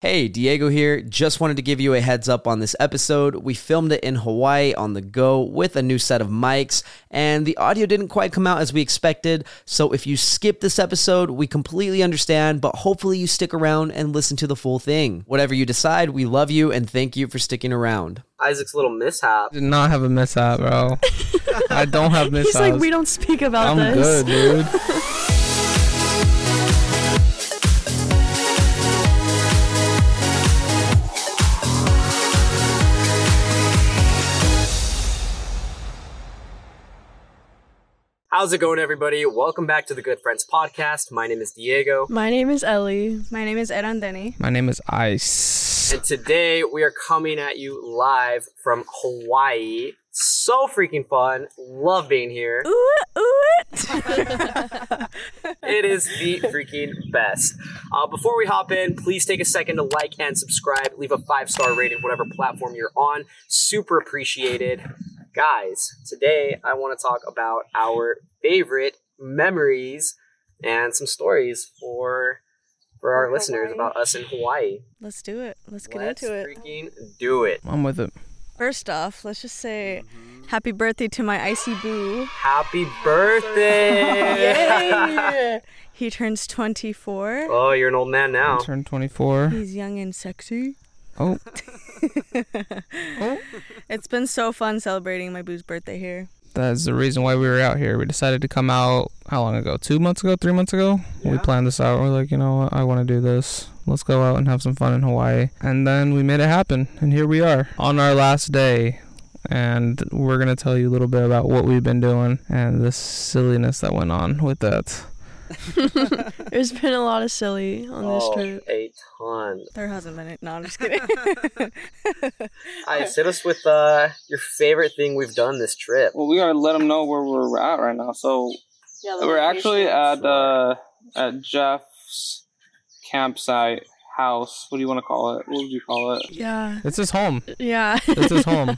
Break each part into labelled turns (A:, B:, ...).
A: Hey, Diego here. Just wanted to give you a heads up on this episode. We filmed it in Hawaii on the go with a new set of mics, and the audio didn't quite come out as we expected. So if you skip this episode, we completely understand, but hopefully you stick around and listen to the full thing. Whatever you decide, we love you and thank you for sticking around.
B: Isaac's little mishap.
C: did not have a mishap, bro. I don't have mishaps.
D: He's like, we don't speak
C: I'm
D: about this.
C: good, dude.
B: How's it going, everybody? Welcome back to the Good Friends podcast. My name is Diego,
D: My name is Ellie.
E: My name is Erandeni.
C: My name is Ice.
B: and today we are coming at you live from Hawaii. So freaking fun. Love being here.
D: Ooh, ooh.
B: It is the freaking best. Uh, before we hop in, please take a second to like and subscribe. Leave a five star rating, whatever platform you're on. Super appreciated. Guys, today I want to talk about our favorite memories and some stories for for our
E: From
B: listeners
E: Hawaii.
B: about us in Hawaii.
D: Let's do it. Let's get
B: Let's
D: into it.
B: freaking do it.
C: I'm with it.
D: First off, let's just say happy birthday to my icy boo.
B: Happy birthday!
D: Yay! he turns 24.
B: oh, you're an old man now.
C: Turned 24.
D: He's young and sexy.
C: Oh,
D: Oh. It's been so fun celebrating my boo's birthday here.
C: that's the reason why we were out here. We decided to come out how long ago? Two months ago? Three months ago? We planned this out. We're like, you know what? I want to do this. Let's go out and have some fun in Hawaii. And then we made it happen. And here we are on our last day. And we're going to tell you a little bit about what we've been doing and the silliness that went on with that.
D: There's been a lot of silly on this
B: Oh,
D: trip.
B: a ton.
D: There hasn't been it. No, I'm just kidding.
B: Ice, hit us with uh, your favorite thing we've done this trip.
C: Well, we gotta let them know where we're at right now. So we're actually at uh, at Jeff's campsite house. What do you want to call it? What would you call it?
D: yeah.
C: It's his home.
D: Yeah.
C: It's his home.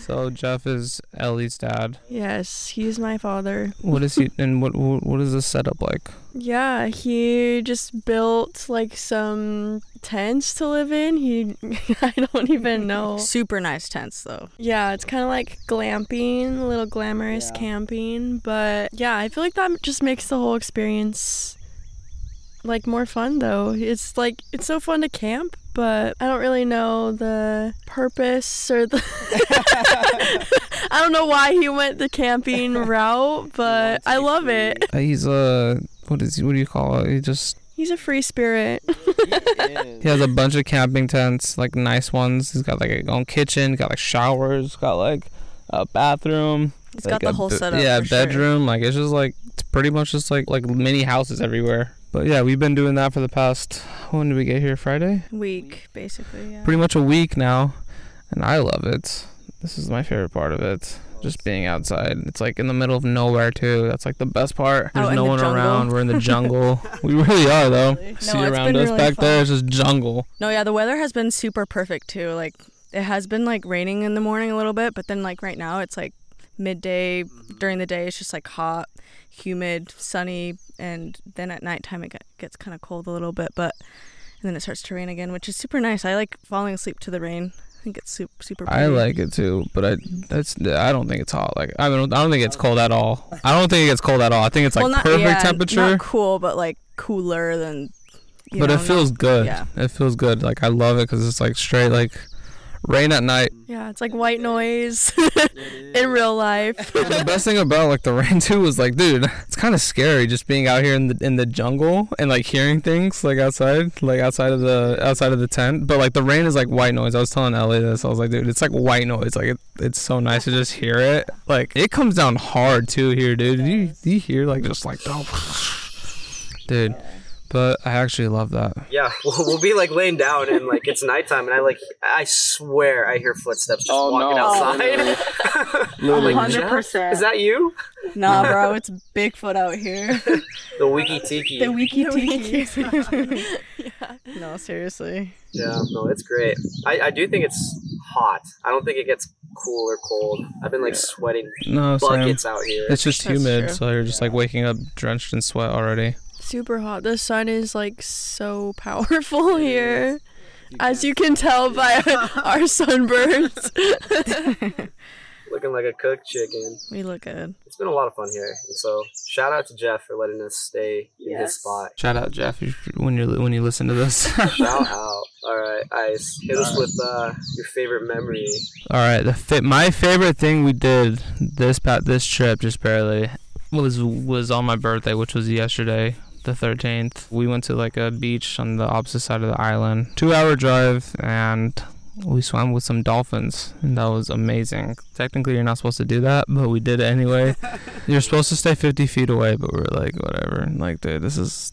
C: so Jeff is Ellie's dad.
D: yes, he's my father.
C: What is he? And what what what is this setup like?
D: Yeah, he just built like some tents to live in. He, I don't even know.
E: Super nice tents, though.
D: Yeah, it's kind of like glamping, a little glamorous camping. But yeah, I feel like that just makes the whole experience like more fun though. It's like, it's so fun to camp, but I don't really know the purpose or the. I don't know why he went the camping route, but I love it.
C: Uh, He's a what is he? What do you call it? He just
D: He's a free spirit.
C: he has a bunch of camping tents, like nice ones. He's got like a own kitchen, got like showers, got like a bathroom.
E: It's
C: like
E: got the
C: a
E: whole
C: be-
E: setup.
C: Yeah,
E: for sure.
C: bedroom. Like it's just like it's pretty much just like like mini houses everywhere. But yeah, we've been doing that for the past. When did we get here? Friday.
E: Week, basically. Yeah.
C: Pretty much a week now, and I love it. This is my favorite part of it. Just being outside. It's like in the middle of nowhere too. That's like the best part. There's
E: Out in
C: no
E: Oh, the
C: one
E: jungle.
C: around. We're in the jungle. we really are though. See
E: it's
C: around
E: been
C: us
E: really
C: back
E: fun.
C: there, it's just jungle.
E: No, yeah, the weather has been super perfect too. Like it has been like raining in the morning a little bit, but then like right now it's like midday
C: Mm-hmm.
E: during the day it's just like hot, humid, sunny, and then at nighttime it get- gets kind of cold a little bit, but and then it starts to rain again, which is super nice. I like falling asleep to the rain. I think it's super super.
C: I
E: pretty.
C: like it too, but I that's I don't think it's hot. Like I mean, I don't think it's cold at all. I don't think it gets cold at all. I think it's like
E: well, not,
C: perfect
E: yeah, not
C: temperature,
E: cool, but like cooler than. you
C: but
E: know,
C: it feels good.
E: yeah.
C: It feels good. Like I love it because it's like straight like rain at night.
D: Yeah, it's like white noise in real life.
C: And the best thing about like the rain too was like, dude, it's kind of scary just being out here in the in the jungle and like hearing things like outside, like outside of the outside of the tent. But like the rain is like white noise. I was telling Ellie this. I was like, dude, it's like white noise. Like it, it's so nice to just hear it. Like it comes down hard too here, dude. Do you do you hear like just like, dude. But I actually love that.
B: Yeah, we'll, we'll be like laying down and like it's nighttime, and I like I swear I hear footsteps just
C: Oh,
B: walking
C: no.
B: outside.
C: Literally.
B: I'm like,
E: Literally.
B: "Jeff,
E: 100%.
B: Is that you?
E: Nah, bro, it's Bigfoot out here.
B: The wiki tiki.
E: the wiki tiki. No, seriously.
B: yeah, no, it's great. I, I do think it's hot. I don't think it gets cool or cold. I've been like sweating
C: No, Sam.
B: buckets out here.
C: It's just
E: That's
C: humid,
E: true.
C: so you're just like waking up drenched in sweat already.
D: Super hot. The sun is like so powerful here. as you can tell by our sunburns.
B: Looking like a cooked chicken.
E: We look good.
B: It's been a lot of fun here. And so shout out to Jeff for letting us stay in his
D: Yes.
B: spot.
C: Shout out Jeff when you when you listen to this.
B: Shout out. All right, Ice. Hit us with uh, your favorite memory.
C: All right, the fit. My favorite thing we did this pa- this trip just barely was was on my birthday, which was yesterday, the thirteenth. We went to like a beach on the opposite side of the island, two hour drive, and we swam with some dolphins, and that was amazing. Technically, you're not supposed to do that, but we did it anyway. you're supposed to stay fifty feet away, but we we're like whatever. Like, dude, this is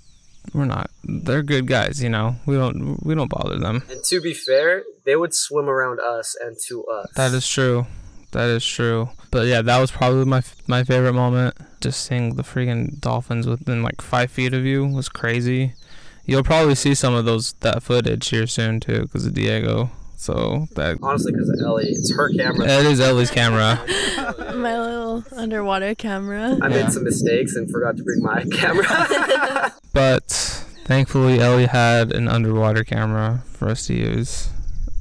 C: we're not. They're good guys, you know. We don't we don't bother them.
B: And to be fair, they would swim around us and to us.
C: That is true. That is true. But yeah, that was probably my my favorite moment. Just seeing the freaking dolphins within like five feet of you was crazy. You'll probably see some of those that footage here soon too, because of Diego. So that
B: honestly because of Ellie. It's her camera.
C: that is Ellie's camera.
D: My little underwater camera.
B: I
C: Yeah.
B: made some mistakes and forgot to bring my camera.
C: But thankfully, Ellie had an underwater camera for us to use,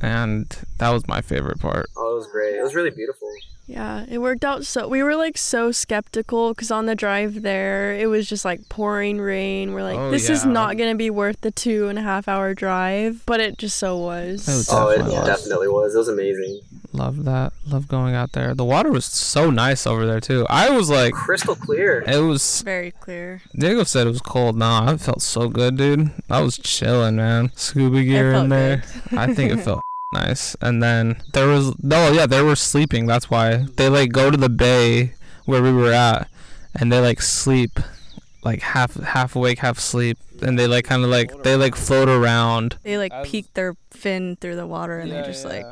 C: and that was my favorite part.
B: oh, it was great. It was really beautiful.
D: Yeah, it worked out so. We were like so skeptical because on the drive there, it was just like pouring rain. We're like,
C: Oh,
D: this is
C: yeah.
D: not going to be worth the two and a half hour drive, but it just so was.
C: Oh, it's-
B: Oh, it
C: Definitely was.
B: definitely was. It was amazing.
C: Love that. Love going out there. The water was so nice over there too. I was like,
B: Crystal clear.
C: it was
E: Very clear.
C: Diego said it was cold. Nah, I felt so good, dude. I was chilling, man. Scuba gear
E: felt
C: in there. I think it felt nice. And then there was no, yeah, they were sleeping. That's why they like go to the bay where we were at, and they like sleep, like half half awake, half sleep, and they like kind of like they like float around.
E: They like
C: I was-
E: peek their fin through the water and they're just like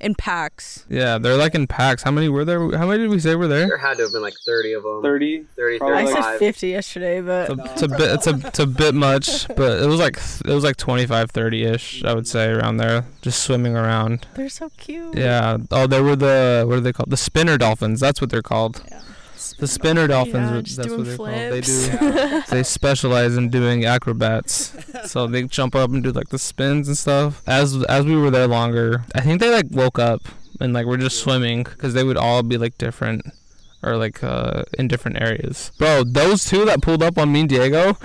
E: in packs.
C: yeah, they're like in packs. How many were there? How many did we say were there?
B: There had to have been like 30 of them.
C: 30
B: 30,
C: Probably
E: I
B: 35.
E: said 50 yesterday,
C: It's
E: but
C: a- it's a bit it's a, it's a bit much but it was like it was like 25 30 ish i would say around there just swimming around
E: they're so cute.
C: yeah oh they were the what are they called the spinner dolphins that's what they're called the spinner dolphins
D: Yeah,
C: were-
D: just
C: that's
D: Oh doing
C: what they're
D: flips.
C: called they do they specialize in doing acrobats so they jump up and do like the spins and stuff as as we were there longer i think they like woke up and like we're just swimming because they would all be like different or like uh, in different areas. Bro, those two that pulled up on me and Diego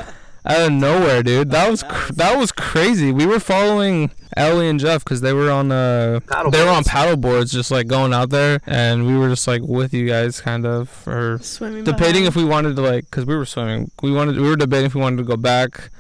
C: out of nowhere, dude. That was cr- that was crazy. We were following Ellie and Jeff because they were on uh
B: Paddle
C: they were on
B: boards.
C: paddle boards, just like going out there, and we were just like with you guys, kind of or
D: Swimming.
C: debating
D: behind.
C: if we wanted to like because we were swimming. We wanted we were debating if we wanted to go back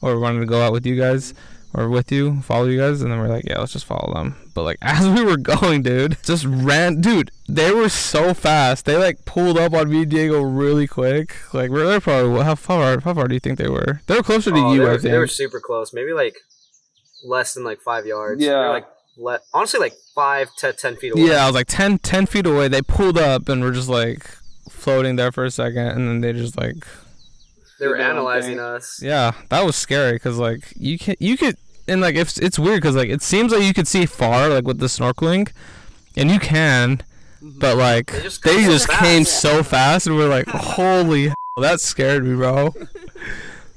C: or wanted to go out with you guys. Or with you, follow you guys, and then we're like, yeah, let's just follow them. But like as we were going, dude, just ran, dude. They were so fast. They like pulled up on me, and Diego, really quick. Like we're they're probably how far? How far do you think they were? They were closer to
B: Oh,
C: you,
B: they, were,
C: I
B: they
C: think.
B: were super close. Maybe like less than like five yards. They were,
C: Yeah.
B: like le- honestly like five to ten feet away.
C: yeah, I was like 10, 10 feet away. They pulled up, and we're just like floating there for a second, and then they just like
B: They were
C: Did their own
B: analyzing
C: thing.
B: us.
C: Yeah, that was scary because like you can you could and like if it's weird because like it seems like you could see far like with the snorkeling, and you can, but like they just,
B: Mm-hmm. just come so fast.
C: came so fast and we're like holy that scared me bro,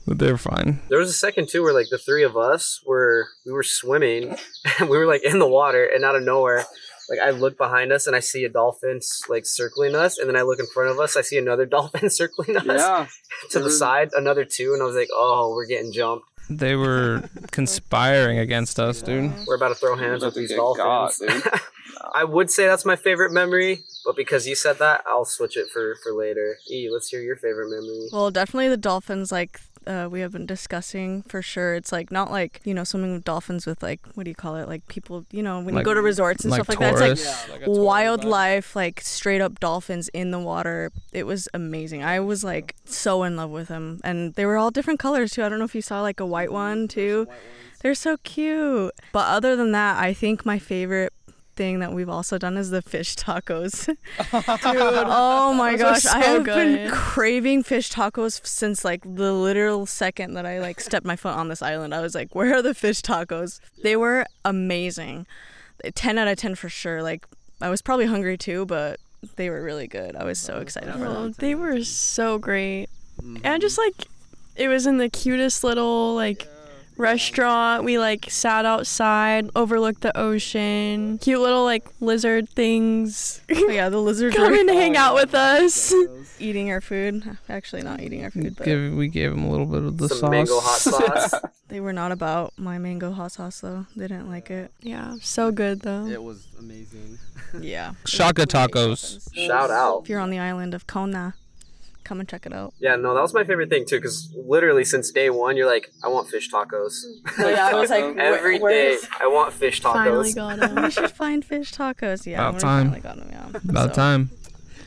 C: but they were fine.
B: There was a second too where like the three of us were we were swimming and we were like in the water and out of nowhere, like I look behind us and I see a dolphin s- like circling us, and then I look in front of us, I see another dolphin circling us to the side, another two, and I was like, oh, we're getting jumped.
C: They were conspiring against us, dude.
B: We're about to throw hands with these dolphins. I would say that's my favorite memory, but because you said that, I'll switch it for for later. E, let's hear your favorite memory.
E: Well, definitely the dolphins, like uh, we have been discussing for sure. It's like not like, you know, swimming with dolphins with like, what do you call it? Like people, you know, when
C: Like-
E: you go to resorts and
C: like
E: stuff like that, it's
C: tourists.
E: like wildlife, like straight up dolphins in the water. It was amazing. I was like so in love with them. And they were all different colors too. I don't know if you saw like a white one too. They're so cute. But other than that, I think my favorite thing that we've also done is the fish tacos. oh my
D: Those are
E: gosh, I
D: so
E: have been
D: good.
E: craving fish tacos since like the literal second that I like stepped my foot on this island. I was like, where are the fish tacos? They were amazing. 10 out of 10 for sure. Like I was probably hungry too, but they were really good. I was so excited for
D: Oh,
E: them.
D: they were so great. And just like, it was in the cutest little like restaurant. We like sat outside, overlooked the ocean. Cute little like lizard things
E: Oh, yeah, the lizard
D: come and hang out with us.
E: eating our food. Actually, not eating our food, but
C: Give, we gave him a little bit of the
B: Some
C: sauce.
B: mango hot sauce.
E: they were not about my mango hot sauce though. They didn't like it.
D: Yeah, so good though.
A: It was amazing.
E: Yeah.
C: Shaka tacos.
B: Shout out.
E: If you're on the island of Kona, come and check it out.
B: Yeah, no, that was my favorite thing too, because literally since day one, you're like, I want fish tacos.
F: Oh, yeah, I was like,
B: Every
F: where- where
B: day,
F: is-
B: I want fish
D: Finally
B: tacos.
D: got
E: We
D: him.
E: should find fish tacos. Yeah,
C: About
E: we
C: time.
E: finally got 'em, yeah.
C: About
E: So,
C: time.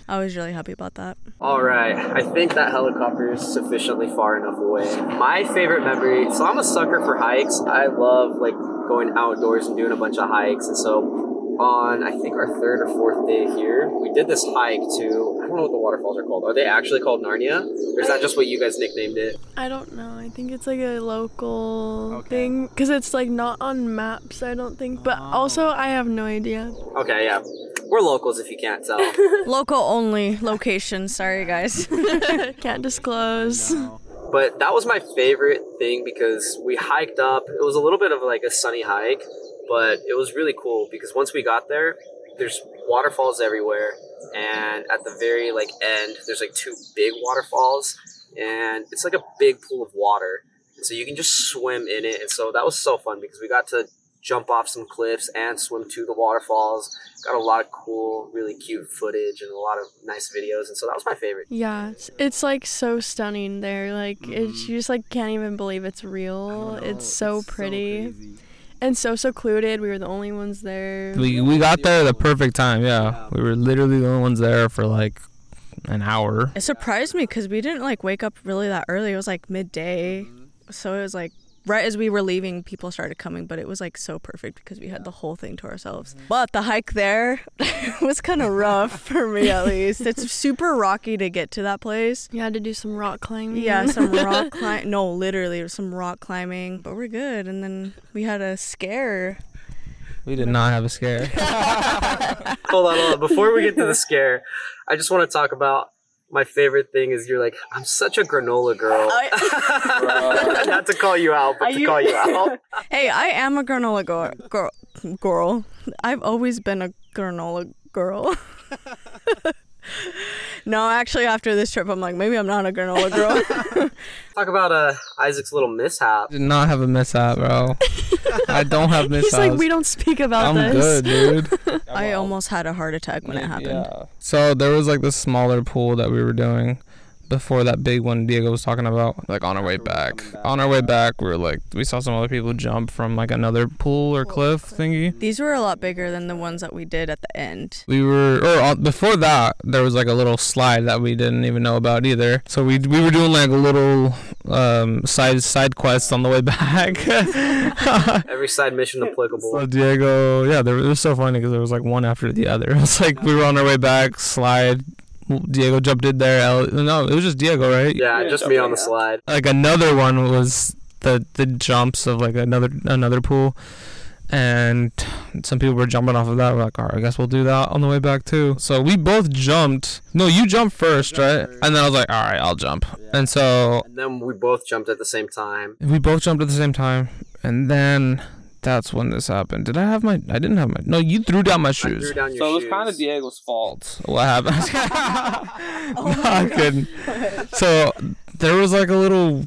E: I was really happy about that.
B: All right, I think that helicopter is sufficiently far enough away. My favorite memory. So I'm a sucker for hikes. I love like going outdoors and doing a bunch of hikes. And so on, I think our third or fourth day here, we did this hike to I don't know what the waterfalls are called. Are they actually called Narnia, or is that just what you guys nicknamed it?
D: I don't know. I think it's like a local thing because it's like not on maps. I don't think, but also I have no idea.
B: Okay, yeah, we're locals if you can't tell.
E: Local only location. Sorry, guys.
D: Can't disclose.
B: But that was my favorite thing because we hiked up. It was a little bit of like a sunny hike, but it was really cool because once we got there, there's waterfalls everywhere, and at the very like end, there's like two big waterfalls, and it's like a big pool of water, and so you can just swim in it. And so that was so fun because we got to jump off some cliffs and swim to the waterfalls. Got a lot of cool, really cute footage and a lot of nice videos, and so that was my favorite.
D: Yeah, it's, it's like so stunning there. Like
E: Mm-hmm.
D: it's you just like can't even believe it's real. It's so pretty and so secluded. We were the only ones there.
C: We we got there at the perfect time. Yeah, we were literally the only ones there for like an hour.
E: It surprised me because we didn't like wake up really that early. It was like midday, so it was like right as we were leaving, people started coming. But it was like so perfect because we had the whole thing to ourselves. But the hike there was kind of rough for me, at least. It's super rocky to get to that place.
D: you had to do some rock climbing.
E: Yeah, some rock climb. No, literally, it was some rock climbing. But we're good. And then we had a scare.
C: We did not have a scare.
B: hold on, hold on. Before we get to the scare, I just want to talk about my favorite thing is you're like, I'm such a granola girl. Not to call you out, but to call you out.
E: Hey, I am a granola girl. girl, girl. I've always been a granola girl. no, actually, after this trip, I'm like, maybe I'm not a granola girl.
B: Talk about uh, Isaac's little mishap.
C: did not have a mishap, bro. I don't have mishaps.
D: He's like, we don't speak about
C: I'm
D: this.
C: good, dude.
E: I almost had a heart attack when it happened.
C: Yeah. So there was like this smaller pool that we were doing before that big one Diego was talking about. Like on our way back. On our way back, we were like, we saw some other people jump from like another pool or cliff thingy.
E: These were a lot bigger than the ones that we did at the end.
C: We were, or uh, before that, there was like a little slide that we didn't even know about either. So we, we were doing like a little um, side side quest on the way back.
B: Every side mission applicable.
C: So Diego, yeah, they were, it was so funny because there was like one after the other. It was like we were on our way back, slide. Diego jumped in there. El, no, it was just Diego, right?
B: Yeah, just me on the slide.
C: Like another one was the the jumps of like another another pool, and some people were jumping off of that. We're like, all right, I guess we'll do that on the way back too. So we both jumped. No, you jumped first, right? And then I was like, all right, I'll jump. And so
B: And then we both jumped at the same time.
C: we both jumped at the same time, and then that's when this happened. Did I have my? I didn't have my. No, you threw down my
B: I threw
C: shoes.
B: down your
F: So it was
B: shoes.
F: kind of Diego's fault.
C: What happened?
B: Oh
C: no, I couldn't. So there was like a little.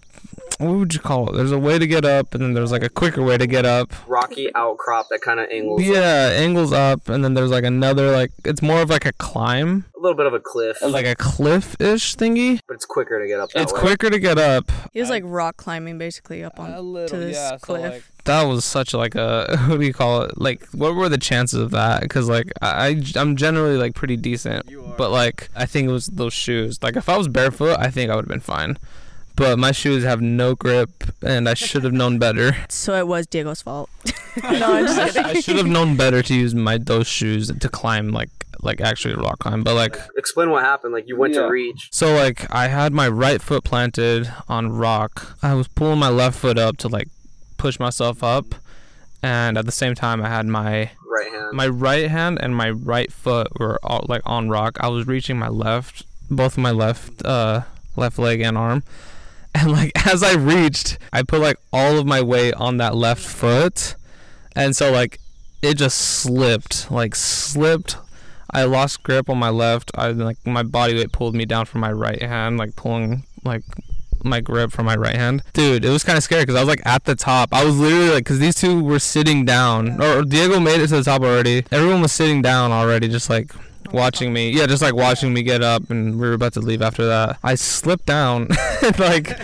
C: What would you call it? There's a way to get up, and then there's like a quicker way to get up.
B: rocky outcrop that kind of angles.
C: Yeah, angles up, and then there's like another like it's more of like a climb,
B: A little bit of a cliff, but
C: like a cliff-ish thingy.
B: it's quicker to get up that
C: It's
B: way.
C: quicker to get up.
E: He was like rock climbing basically up on to this cliff.
C: that was such like a what do you call it like what were the chances of that because like I, I am generally like pretty decent but like i think it was those shoes like if i was barefoot i think i would have been fine but my shoes have no grip and i should have known better
E: so it was Diego's fault. no, I'm just kidding.
C: i should have known better to use my those shoes to climb like like actually rock climb but like
B: Explain what happened. Like you went to
F: Yeah.
B: reach.
C: so like I had my right foot planted on rock. I was pulling my left foot up to like push myself up and at the same time I had my
B: Right hand.
C: my right hand and my right foot were all like on rock. I was reaching my left, both my left, uh, left leg and arm, And like as I reached, I put like all of my weight on that left foot. And so like it just slipped, like slipped. I lost grip on my left. I like my body weight pulled me down from my right hand, like pulling like my grip from my right hand. Dude, it was kind of scary because I was like at the top. I was literally like, because these two were sitting down, or Diego made it to the top already. Everyone was sitting down already, just like watching me. Yeah, just like watching me get up, and we were about to leave after that. I slipped down, and, like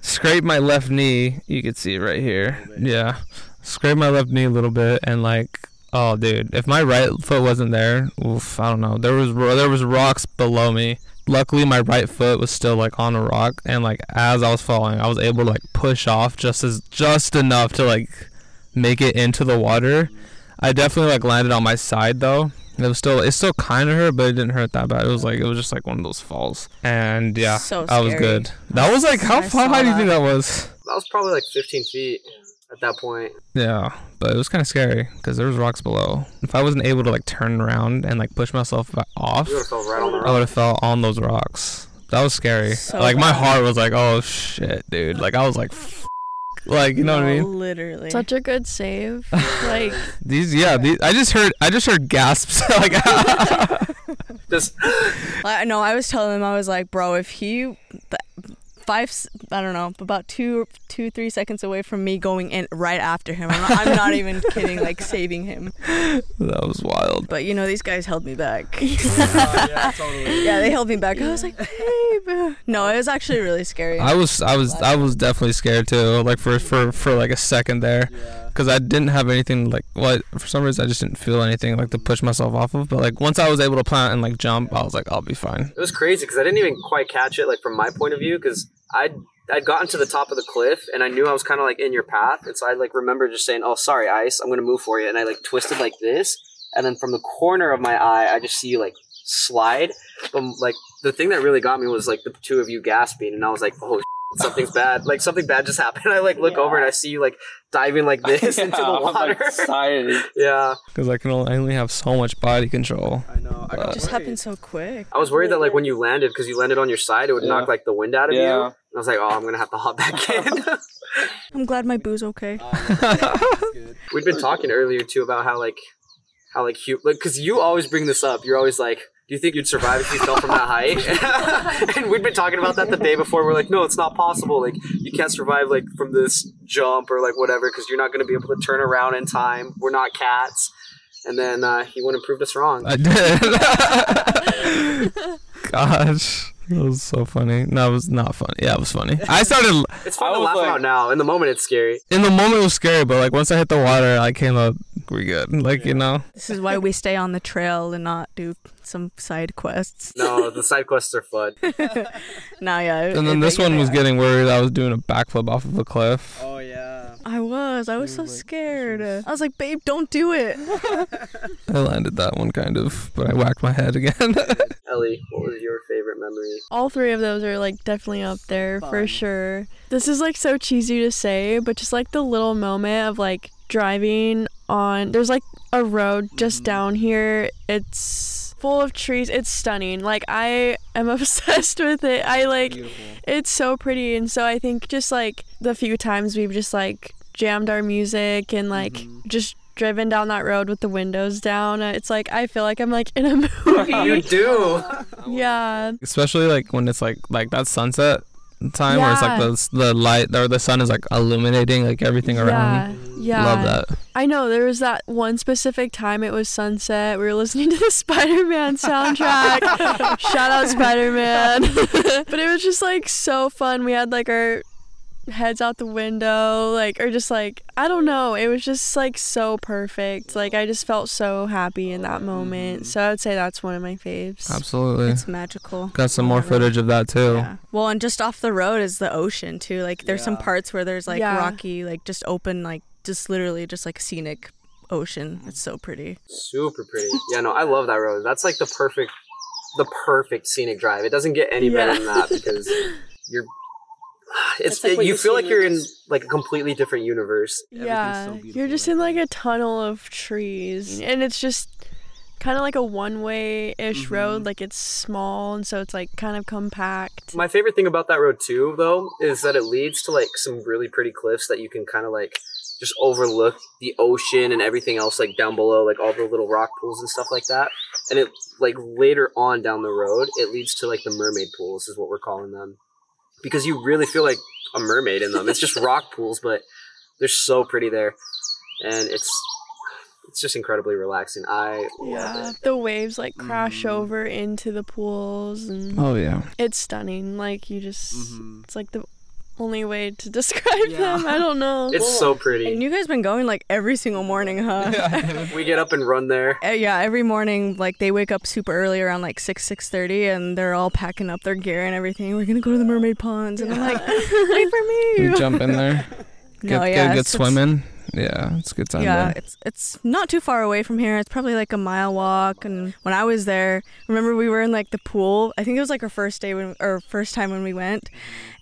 C: scraped my left knee. You can see it right here. Yeah, scraped my left knee a little bit, and like. Oh, dude! If my right foot wasn't there, oof, I don't know. There was ro- there was rocks below me, luckily my right foot was still like on a rock and like as i was falling i was able to like push off just as just enough to like make it into the water i definitely like landed on my side though it was still it still kind of hurt but it didn't hurt that bad it was like it was just like one of those falls and yeah
E: So
C: i was
E: scary.
C: good that was like how
E: I
C: far
E: saw
C: high do you
E: that.
C: think that was
B: That was probably like 15 feet at that point.
C: yeah but it was kind of scary because there was rocks below if i wasn't able to like turn around and like push myself ba- off
B: You would have fell right on the
C: I
B: rock.
C: would have fell on those rocks. That was scary.
E: So
C: like my
E: bad.
C: heart was like, oh shit, dude. Like I was like, F-. like you know what I mean?
E: Literally.
D: Such a good save. Like
C: These yeah, these, I just heard I just heard gasps. like
B: Just
E: I, no, I was telling him I was like, bro, if he th- five, s- I don't know, about two, two, three seconds away from me going in right after him. I'm not, I'm not even kidding, like saving him.
C: that was wild.
E: But you know, these guys held me back. yeah, they held me back. I was like, babe. No, it was actually really scary.
C: I was I was I was definitely scared too. Like for for for like a second there, because I didn't have anything like what for some reason I just didn't feel anything like to push myself off of. But like once I was able to plant and like jump, I was like, I'll be fine.
B: it was crazy because I didn't even quite catch it, like from my point of view, because I'd I'd gotten to the top of the cliff and I knew I was kind of like in your path, and so I like remember just saying, "Oh, sorry, ice, I'm gonna move for you," and I like twisted like this, and then from the corner of my eye, I just see you like slide. But like the thing that really got me was like the two of you gasping, and I was like, "Oh." shit, Something's bad. Like something bad just happened. I like look over and I see you like diving like this into the water.
F: I'm excited.
B: yeah,
C: Because I can only, I only have so much body control.
A: I know. I
E: it just happened so quick.
B: I was worried that like when you landed because you landed on your side, it would knock like the wind out of you.
F: Yeah.
B: And I was like, oh, I'm gonna have to hop back in.
E: I'm glad my boo's okay.
B: We'd been talking earlier too about how like how like hu like because you always bring this up. You're always like, do you think you'd survive if you fell from that height? and we'd been talking about that the day before. We're like, no, it's not possible. Like you can't survive like from this jump or like whatever because you're not gonna be able to turn around in time. We're not cats. And then uh, he went and proved us wrong.
C: I did. Gosh, that was so funny. No, it was not funny. Yeah, it was funny. I started
B: It's fun
F: I
B: to
F: was
B: laugh
F: like-
B: about now. In the moment, it's scary.
C: in the moment it was scary, but like once I hit the water, I came up. We good. Like you know,
E: This is why we stay on the trail and not do some side quests.
B: No, the side quests are fun.
E: Nah, yeah. it-
C: and
E: it-
C: then this
E: they-
C: one
E: they
C: was
E: are.
C: getting worried. I was doing a backflip off of a cliff.
A: Oh yeah.
E: I was. I was so scared. I was like, babe, don't do it.
C: I landed that one kind of, but I whacked my head again.
B: Ellie, what was your favorite memory?
D: all three of those are like definitely up there for sure. This is like so cheesy to say, but just like the little moment of like driving on there's like a road just down here. It's full of trees. It's stunning. Like I am obsessed with it. I like it's so pretty and so I think just like the few times we've just like jammed our music and like just driven down that road with the windows down. uh, It's like I feel like I'm like in a
B: You
D: movie.
B: do.
D: yeah.
C: Especially like when it's like like that sunset time where it's like
D: Yeah.
C: the the light or the sun is like illuminating like everything around.
D: Yeah, yeah.
C: Love that.
D: I know there was that one specific time it was sunset. We were listening to the Spider Man soundtrack. Shout out Spider Man. but it was just like so fun. We had like our heads out the window, like, or just like, I don't know. It was just like so perfect. Like, I just felt so happy in that moment.
C: Mm-hmm.
D: So I would say that's one of my faves.
C: Absolutely.
E: It's magical.
C: Got some more
E: Whatever.
C: footage of that too.
E: Yeah. Well, and just off the road is the ocean too. Like there's some parts where there's like
D: Yeah.
E: rocky, like just open, like just literally just like scenic ocean. It's so pretty.
B: Super pretty. Yeah, no, I love that road. That's like the perfect, the perfect scenic drive. It doesn't get any better than that because you're. It's,
F: That's like what
B: you
F: you
B: feel
F: see
B: like
F: in
B: you're
F: the-
B: in like a completely different universe. Mm-hmm.
D: yeah, you're just in like a tunnel of trees, and it's just kind of like a one way ish
B: Mm-hmm.
D: road. Like it's small and so it's like kind of compact.
B: My favorite thing about that road too, though, is that it leads to like some really pretty cliffs that you can kind of like just overlook the ocean and everything else like down below, like all the little rock pools and stuff like that. And it like later on down the road, it leads to like the mermaid pools is what we're calling them, because you really feel like a mermaid in them. It's just rock pools, but they're so pretty there, and it's it's just incredibly relaxing. I
D: Yeah, the waves like crash
B: Mm-hmm.
D: over into the pools and
C: Oh yeah.
D: it's stunning. Like you just,
B: Mm-hmm.
A: Mm-hmm.
D: it's like the only way to describe them. I don't know.
B: it's so pretty.
E: And you guys been going like every single morning, huh?
B: We get up and run there.
E: Uh, yeah, every morning, like they wake up super early around like six six thirty, and they're all packing up their gear and everything. We're gonna go to the mermaid ponds, and I'm like, wait for me.
C: You jump in there. Get,
E: no,
C: get
E: Oh, yeah,
C: a good
E: it's-
C: swim in. Yeah, it's a good time.
E: Yeah,
C: there.
E: it's it's not too far away from here. It's probably like a mile walk. And when I was there, remember we were in like the pool. I think it was like our first day when or first time when we went,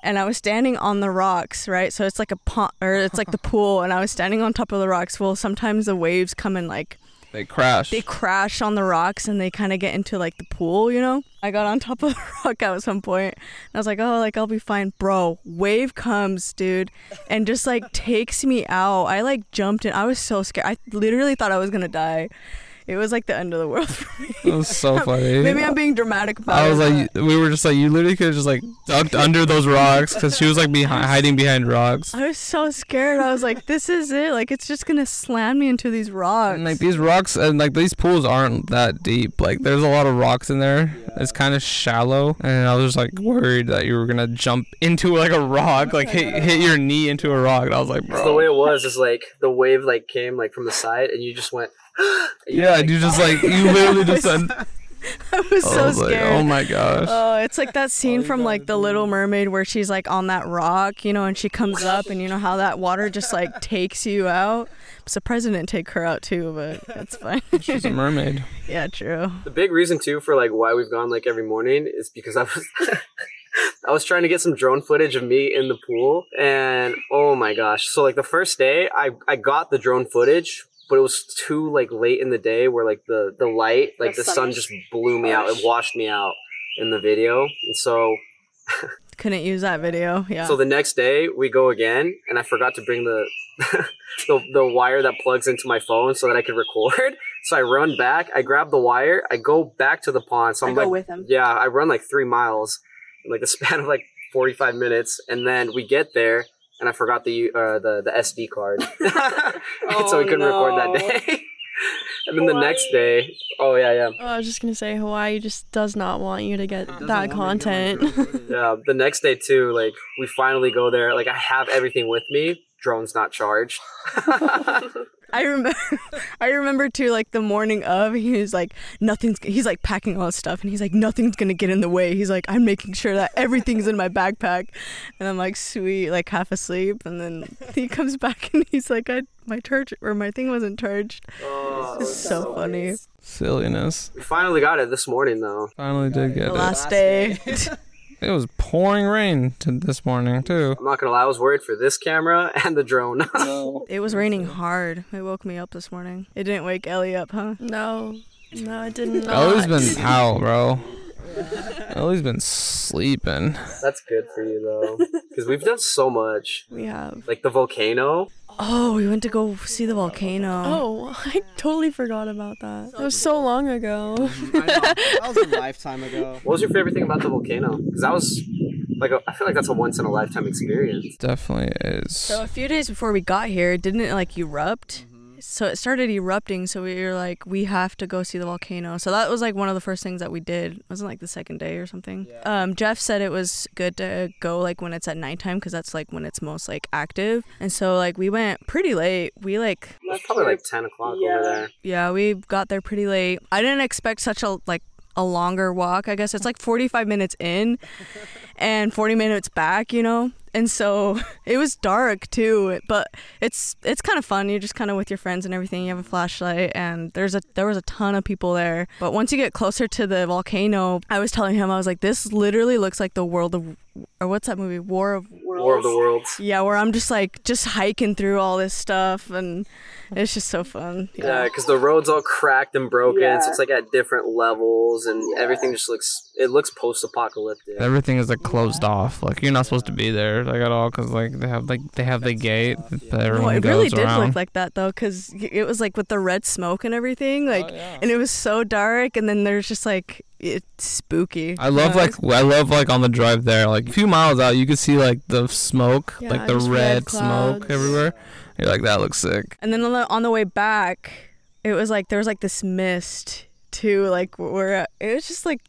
E: and I was standing on the rocks, right? So it's like a pond or it's like the pool, and I was standing on top of the rocks. Well, sometimes the waves come and like
C: They crash.
E: they crash on the rocks and they kind of get into like the pool, you know? I got on top of the rock at some point and I was like, oh, like I'll be fine. Bro, wave comes, dude, and just like takes me out. I like jumped in. I was so scared. I literally thought I was going to die. It was like the end of the world for me.
C: It was so funny.
E: Maybe I'm being dramatic about
C: Oh, I was like,
E: it.
C: we were just like, you literally could have just like ducked under those rocks because she was like behind, hiding behind rocks.
E: but I was so scared. I was like, this is it. Like, it's just going to slam me into these rocks.
C: And like these rocks and like these pools aren't that deep. Like there's a lot of rocks in there. It's kind of shallow, and I was just like worried that you were gonna jump into like a rock, like hit hit your knee into a rock. And I was like,
B: the way it
C: bro.
B: was is like the wave like came like from the side and you just went and you
C: Yeah,
B: like,
C: and you just like you literally just said.
E: I was so
C: I was like,
E: scared.
C: oh my gosh.
E: Oh, it's like that scene from like The Little Mermaid where she's like on that rock, you know, and she comes up, and you know how that water just like takes you out. I'm surprised I didn't take her out too, but that's fine.
C: She's a mermaid.
E: yeah, true.
B: the big reason too for like why we've gone like every morning is because i was i was trying to get some drone footage of me in the pool and oh my gosh so like the first day i i got the drone footage but it was too like late in the day where like the the light like the,
F: The
B: sun,
F: sun
B: just blew me out it washed me out in the video and so
E: Couldn't use that video. Yeah.
B: So the next day we go again, and I forgot to bring the, the the wire that plugs into my phone so that I could record. So I run back, I grab the wire, I go back to the pond. So I'm like,
F: him.
B: yeah, I run like three miles in like the span of like 45 minutes, and then we get there, and I forgot the uh, the the SD card, and so
F: Oh,
B: we couldn't record
F: no.
B: that day. and then the next day, oh yeah, yeah.
D: Oh, I was just gonna say Hawaii just does not want you to get that content.
B: Yeah, the next day too, like we finally go there. Like I have everything with me. Drone's not charged.
E: I remember, I remember too. Like the morning of, he was like, nothing's. He's like packing all his stuff, and he's like, nothing's gonna get in the way. He's like, I'm making sure that everything's in my backpack, and I'm like, sweet, like half asleep, and then he comes back and he's like, I my charge or my thing wasn't charged. it's Oh, so, funny.
C: Silliness.
B: We finally got it this morning though.
C: Finally did get
E: The
C: it.
E: last day.
C: It was pouring rain to this morning too.
B: I'm not gonna lie, I was worried for this camera and the drone.
F: No.
E: it was raining hard. It woke me up this morning. It didn't wake Ellie up, huh?
D: no, no, it did not.
C: Ellie's been out, bro. Ellie's been sleeping.
B: That's good for you though, because we've done so much.
D: We have.
B: Like the volcano.
E: Oh, we went to go see the volcano.
D: Oh, I totally forgot about that. It was so long ago.
A: that was a lifetime ago.
B: What was your favorite thing about the volcano? Because that was like a, I feel like that's a once in a lifetime experience.
C: Definitely is.
E: So a few days before we got here, didn't it like erupt? So it started erupting. So we were like, we have to go see the volcano. So that was like one of the first things that we did. It wasn't like the second day or something. Um, Jeff said it was good to go like when it's at nighttime because that's like when it's most like active. And so like we went pretty late. We like
B: It was probably like 10 o'clock
F: Yeah.
B: over there.
E: yeah we got there pretty late i didn't expect such a like a longer walk i guess it's like 45 minutes in and 40 minutes back you know and so it was dark too but it's it's kind of fun you're just kind of with your friends and everything you have a flashlight and there's a there was a ton of people there but once you get closer to the volcano i was telling him i was like this literally looks like the world of or what's that movie? War of
B: War of the Worlds.
E: Yeah, where I'm just like just hiking through all this stuff and it's just so fun.
B: Yeah, because the road's all cracked and broken, so it's like at different levels, and everything just looks it looks post-apocalyptic.
C: Everything is like closed off. Like you're not supposed to be there like at all because like they have like they have the gate that
E: Well,
C: everyone
E: it really
C: goes
E: did
C: around.
E: look like that though, because it was like with the red smoke and everything,
C: Uh-huh.
E: like, and it was so dark, and then there's just like it's spooky.
C: I love like I love like on the drive there, like a few miles out, you could see like the smoke,
D: Yeah,
C: like the
D: just
C: red,
D: red
C: smoke
D: clouds.
C: everywhere. You're like that looks sick.
E: And then on the, Uh, on the way back, it was like there was like this mist too, like where uh, it was just like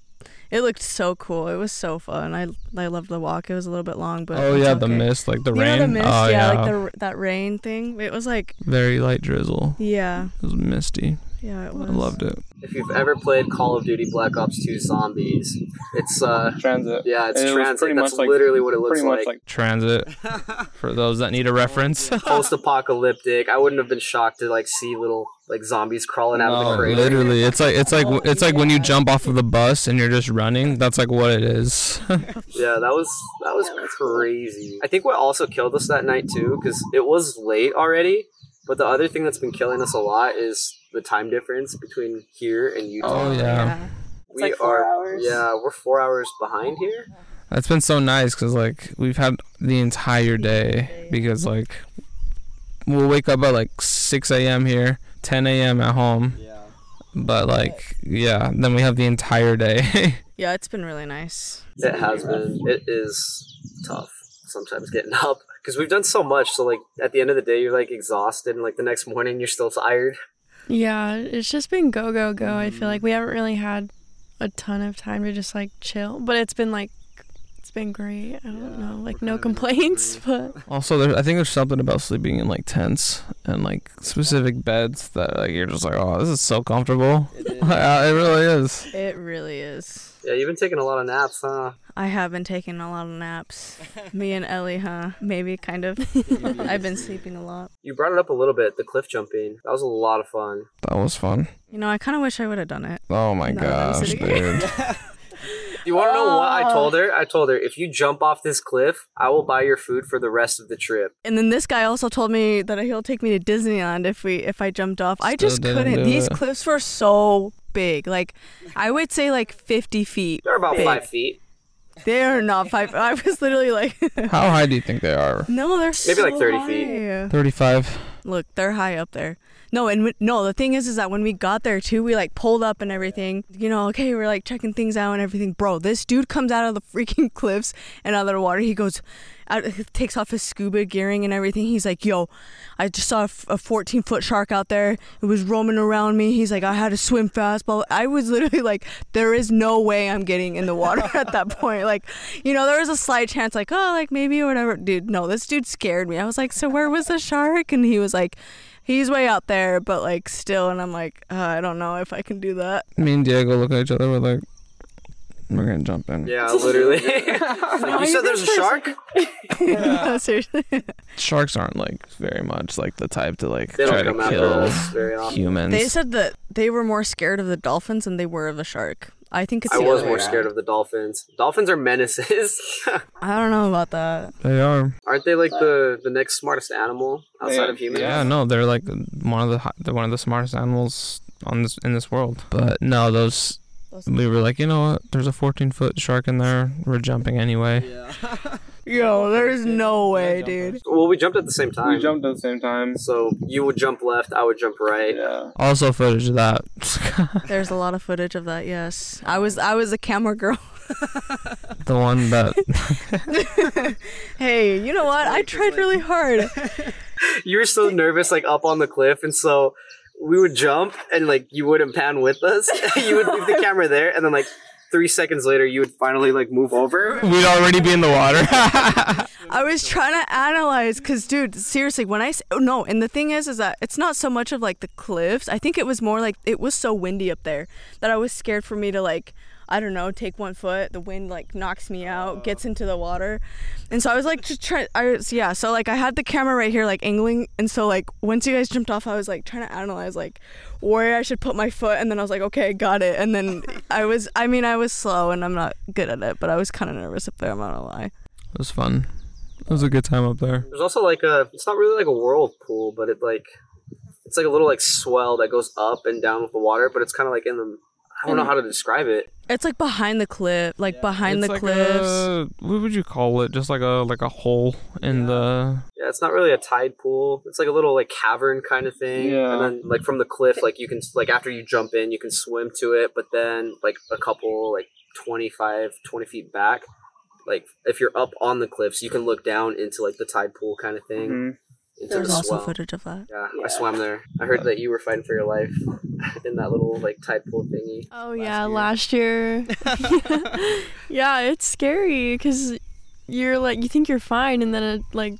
E: it looked so cool. It was so fun. I I loved the walk. It was a little bit long, but
C: Oh
E: it's
C: yeah, the
E: okay.
C: mist, like the
E: You
C: rain.
E: know the mist,
C: oh
E: yeah, like the, r- that rain thing. It was like
C: very light drizzle.
E: yeah,
C: It was misty.
E: yeah, it
C: I
E: was.
C: loved it.
B: If you've ever played Call of Duty Black Ops 2 Zombies, it's uh
F: Transit.
B: yeah, it's
F: It was pretty
B: transit. That's
F: much like-
B: literally what it looks
F: Pretty much
B: like.
F: like
C: Transit for those that need a reference.
B: Post-apocalyptic. I wouldn't have been shocked to like see little like zombies crawling out of the
C: No,
B: crater.
C: literally, it's like it's like it's like when you jump off of the bus and you're just running. That's like what it is.
B: Yeah, that was that was crazy. I think what also killed us that night too, because it was late already. But the other thing that's been killing us a lot is the time difference between here and Utah.
C: oh yeah,
E: Yeah.
B: we
G: like four
B: are
G: hours.
B: yeah, we're four hours behind here.
C: that's been so nice because like we've had the entire day because like we'll wake up at like 6 a.m. here, 10 a.m. at home. Yeah. But like yeah, then we have the entire day.
E: Yeah, it's been really nice.
B: It has been. It is tough sometimes getting up because we've done so much. So like at the end of the day, you're like exhausted, and like the next morning, you're still tired.
D: Yeah, it's just been go go go. I feel
E: Mm-hmm.
D: like we haven't really had a ton of time to just like chill, but it's been like it's been great. I don't know, like no complaints, but
C: also, there, I think there's something about sleeping in like tents and like specific beds that like you're just like oh this is so comfortable. Yeah, it really is.
E: It really is.
B: Yeah, you've been taking a lot of naps, huh?
E: I have been taking a lot of naps. Me and Ellie, huh? Maybe kind of. I've been sleeping a lot.
B: You brought it up a little bit. The cliff jumping. That was a lot of fun.
C: That was fun.
E: You know, I kind of wish I would have done it.
C: Oh my
E: No, that was
C: gosh,
E: it.
C: dude.
B: You want to know what
F: Uh.
B: I told her? I told her if you jump off this cliff, I will buy your food for the rest of the trip.
E: And then this guy also told me that he'll take me to Disneyland if we if I jumped off. I
C: Still
E: just
C: didn't
E: couldn't.
C: do
E: These
C: it.
E: cliffs were so big. Like, I would say like 50 feet.
B: They're about
E: big.
B: five feet,
E: They are not five. I was literally like,
C: How high do you think they are?
E: no, they're
B: maybe like thirty feet.
E: high.
C: 35.
E: Look, they're high up there. No, and we, no, the thing is, is that when we got there too, we like pulled up and everything. You know, okay, we're like checking things out and everything. Bro, this dude comes out of the freaking cliffs and out of the water. He goes, out, he takes off his scuba gearing and everything. He's like, yo, I just saw a f- a 14 foot shark out there. It was roaming around me. He's like, I had to swim fast. But I was literally like, there is no way I'm getting in the water at that point. Like, you know, there was a slight chance, like, oh, like maybe or whatever. Dude, no, this dude scared me. I was like, so where was the shark? And he was like, he's way out there, but like still. And I'm like, uh, I don't know if I can do that.
C: Me and Diego look at each other. We're like, we're gonna jump in.
B: Yeah, literally. Like, you said there's a shark.
E: Seriously.
C: Sharks aren't like very much like the type to like
B: They
C: try
B: don't
C: to
B: come after
C: kill
B: us very often.
C: humans.
E: They said that they were more scared of the dolphins than they were of the shark. I think it's
B: I
E: the
B: was
E: other
B: more
E: way around.
B: scared of the dolphins. Dolphins are menaces,
E: I don't know about that.
C: They are.
B: aren't they? Like the the next smartest animal outside of humans.
C: Yeah, no, they're like one of the hi- they're one of the smartest animals on this in this world. But no, those. We were like, you know what? There's a 14 foot shark in there. We're jumping anyway.
E: Yo, there's no way, dude.
B: Well, we jumped at the same time.
F: we jumped at the same time.
B: So you would jump left, I would jump right.
F: Yeah.
C: Also, footage of that.
E: There's a lot of footage of that. Yes, I was I was a camera girl.
C: the one that
E: Hey, you know what? I tried really hard.
B: You were so nervous, like up on the cliff, and so we would jump, and like you wouldn't pan with us. you would leave the camera there, and then like three seconds later, you would finally like move over.
C: we'd already be in the water.
E: I was trying to analyze because, dude, seriously, when I s- oh, no, and the thing is, is that it's not so much of like the cliffs. I think it was more like it was so windy up there that I was scared for me to like. I don't know, take one foot, the wind like knocks me out, gets into the water. And so I was like just trying I was yeah, so like I had the camera right here like angling and so like once you guys jumped off I was like trying to analyze like where I should put my foot and then I was like, Okay, got it and then I was I mean I was slow and I'm not good at it, but I was kinda nervous up there, I'm not gonna lie.
C: It was fun. It was a good time up there.
B: There's also like a it's not really like a whirlpool, but it like it's like a little like swell that goes up and down with the water, but it's kind of like in the I don't know how to describe it.
E: It's like behind the cliff like behind
C: It's
E: the
C: like
E: cliffs.
C: a- what would you call it? Just like a like a hole in the.
B: Yeah, it's not really a tide pool. It's like a little like cavern kind of thing.
F: Yeah.
B: And then like from the cliff, like you can like after you jump in, you can swim to it, but then like a couple like 25, 20 feet back, like if you're up on the cliffs, you can look down into like the tide pool kind of thing.
F: Mhm.
B: Into
E: There's
B: the
E: also
B: swell.
E: footage of that.
B: Yeah,
F: Yeah.
B: I swam there. I heard that you were fighting for your life in that little like tide pool thingy.
D: Oh yeah, last year. yeah, it's scary because you're like you think you're fine, and then it like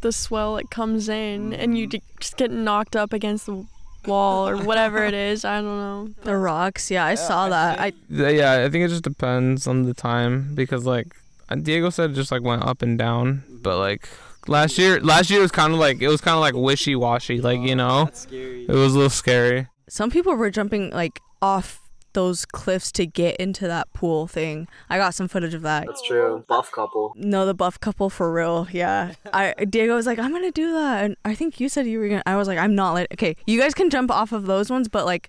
D: the swell like comes in, and you d- just get knocked up against the wall or whatever it is. I don't know.
E: The rocks, yeah, I saw that. I
C: Th- Yeah, I think it just depends on the time because like uh, Diego said, it just like went up and down. But like last year, last year was kind of like it was kind of like wishy washy. Like
E: Oh,
C: you know,
A: Scary.
C: it was a little scary.
E: some people were jumping like off those cliffs to get into that pool thing. I got some footage of that.
B: That's true. Buff couple.
E: No, the buff couple for real. Yeah. I Diego was like, I'm gonna do that, and I think you said you were gonna. I was like, I'm not. Let- okay, you guys can jump off of those ones, but like,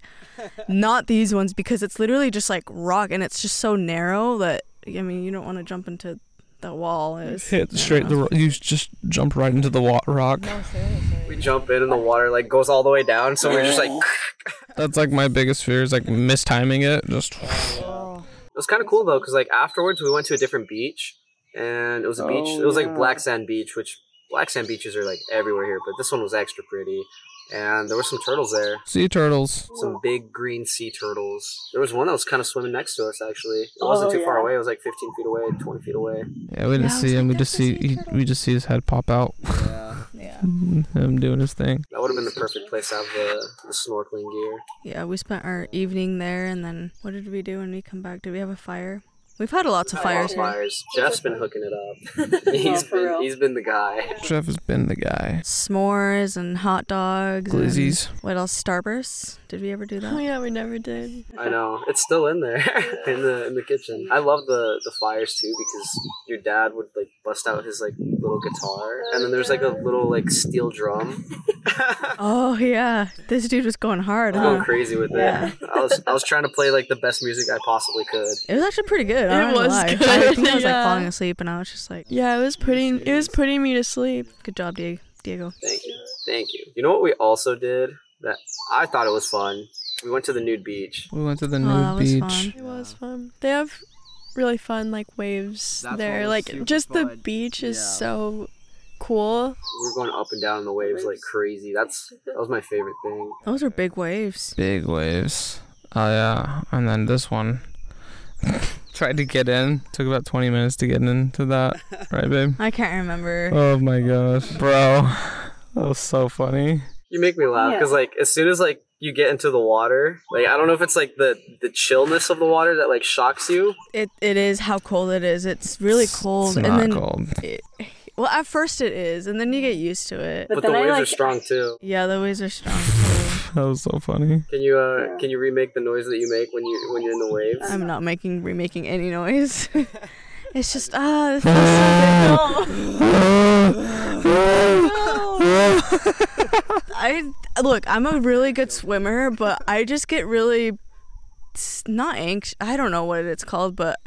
E: not these ones because it's literally just like rock and it's just so narrow that I mean you don't want to jump into the wall. It's,
C: Hit straight the ro- you just jumped right into the wa- rock.
B: We jump in and the water like goes all the way down, so we're just like
C: That's like my biggest fear is like mistiming it. Just
B: It was kind of cool though, because like afterwards we went to a different beach, and it was a beach. It was like black sand beach, which black sand beaches are like everywhere here, but this one was extra pretty. And there were some turtles there,
C: sea turtles.
B: some big green sea turtles. There was one that was kind of swimming next to us actually. It wasn't too far away. It was like 15 feet away, 20 feet away.
C: Yeah, we didn't see him. We just see he, we just see his head pop out.
E: yeah.
C: him doing his thing.
B: That would have been the perfect place to have the, the snorkeling gear.
E: Yeah, we spent our evening there, and then what did we do when we come back? Did we have a fire? We've had lots of fires. here.
B: Fires. Jeff's been hooking it up. He's been he's been the guy.
C: Jeff has been the guy.
E: s'mores and hot dogs. and-
C: Glizzies.
E: what else? Starburst. Did we ever do
D: Oh
E: that?
D: yeah, we never did.
B: I know it's still in there in the in the kitchen. I love the the fires too because your dad would like bust out his like little guitar and then there's like a little like steel drum
E: Oh yeah, this dude was going hard.
B: going
E: Huh?
B: crazy with
E: Uh-huh. Yeah.
B: it. I was I was trying to play like the best music I possibly could.
E: It was actually pretty good. I'm not
D: It
E: gonna
D: was
E: lie. I
D: good,
E: think I was
D: yeah.
E: like falling asleep, and I was just like,
D: Yeah, it was putting it was putting me to sleep.
E: "Good job, Diego." Diego.
B: Thank you, thank you. You know what we also did that I thought it was fun. We went to the nude beach.
C: We went to the
E: Oh,
C: nude
E: that was
C: beach.
E: fun.
D: It was fun. They have really fun like waves
A: That's what
D: there.
A: was
D: Like
A: super
D: just the
A: fun.
D: beach is
A: Yeah.
D: so cool.
B: We were going up and down in the waves like crazy. That's that was my favorite thing.
E: Those were big waves.
C: Big waves. Oh yeah, and then this one. Tried to get in. Took about 20 minutes to get into that. Right, babe?
E: I can't remember.
C: Oh my gosh, bro. That was so funny.
B: You make me laugh because like as soon as like you get into the water, like I don't know if it's like the the chillness of the water that like shocks you.
E: It it is how cold it is. It's really cold,
C: It's
E: and
C: not
E: then
C: cold.
E: It, well, at first it is, and then you get used to it.
B: But, the waves are strong too.
E: Yeah, the waves are strong. Too.
C: That was so funny.
B: Can you uh can you remake the noise that you make when you when you're in the waves?
E: I'm not making remaking any noise. it's just ah, this feels so good. No. I look, I'm a really good swimmer, but I just get really s- not anxious. I don't know what it's called, but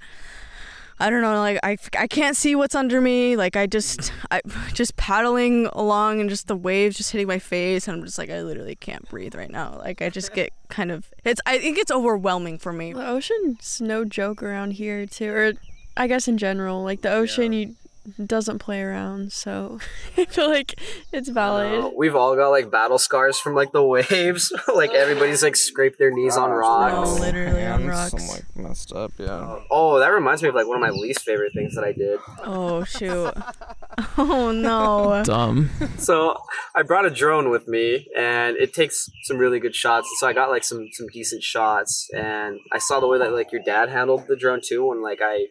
E: I don't know. Like I, I can't see what's under me. Like I just, I just paddling along and just the waves just hitting my face, and I'm just like I literally can't breathe right now. Like I just get kind of it's. I think it's overwhelming for me.
D: The ocean's no joke around here too, or I guess in general, like the ocean, you doesn't play around, so I feel like it's valid.
B: Uh, we've all got like battle scars from like the waves. like everybody's like scraped their knees on
E: Oh,
B: rocks.
E: literally on
C: I'm
E: rocks.
C: like messed up. Yeah.
B: Oh, that reminds me of like one of my least favorite things that I did.
E: Oh shoot. Oh no.
C: Dumb.
B: So I brought a drone with me, and it takes some really good shots. So I got like some some decent shots, and I saw the way that like your dad handled the drone too. When like I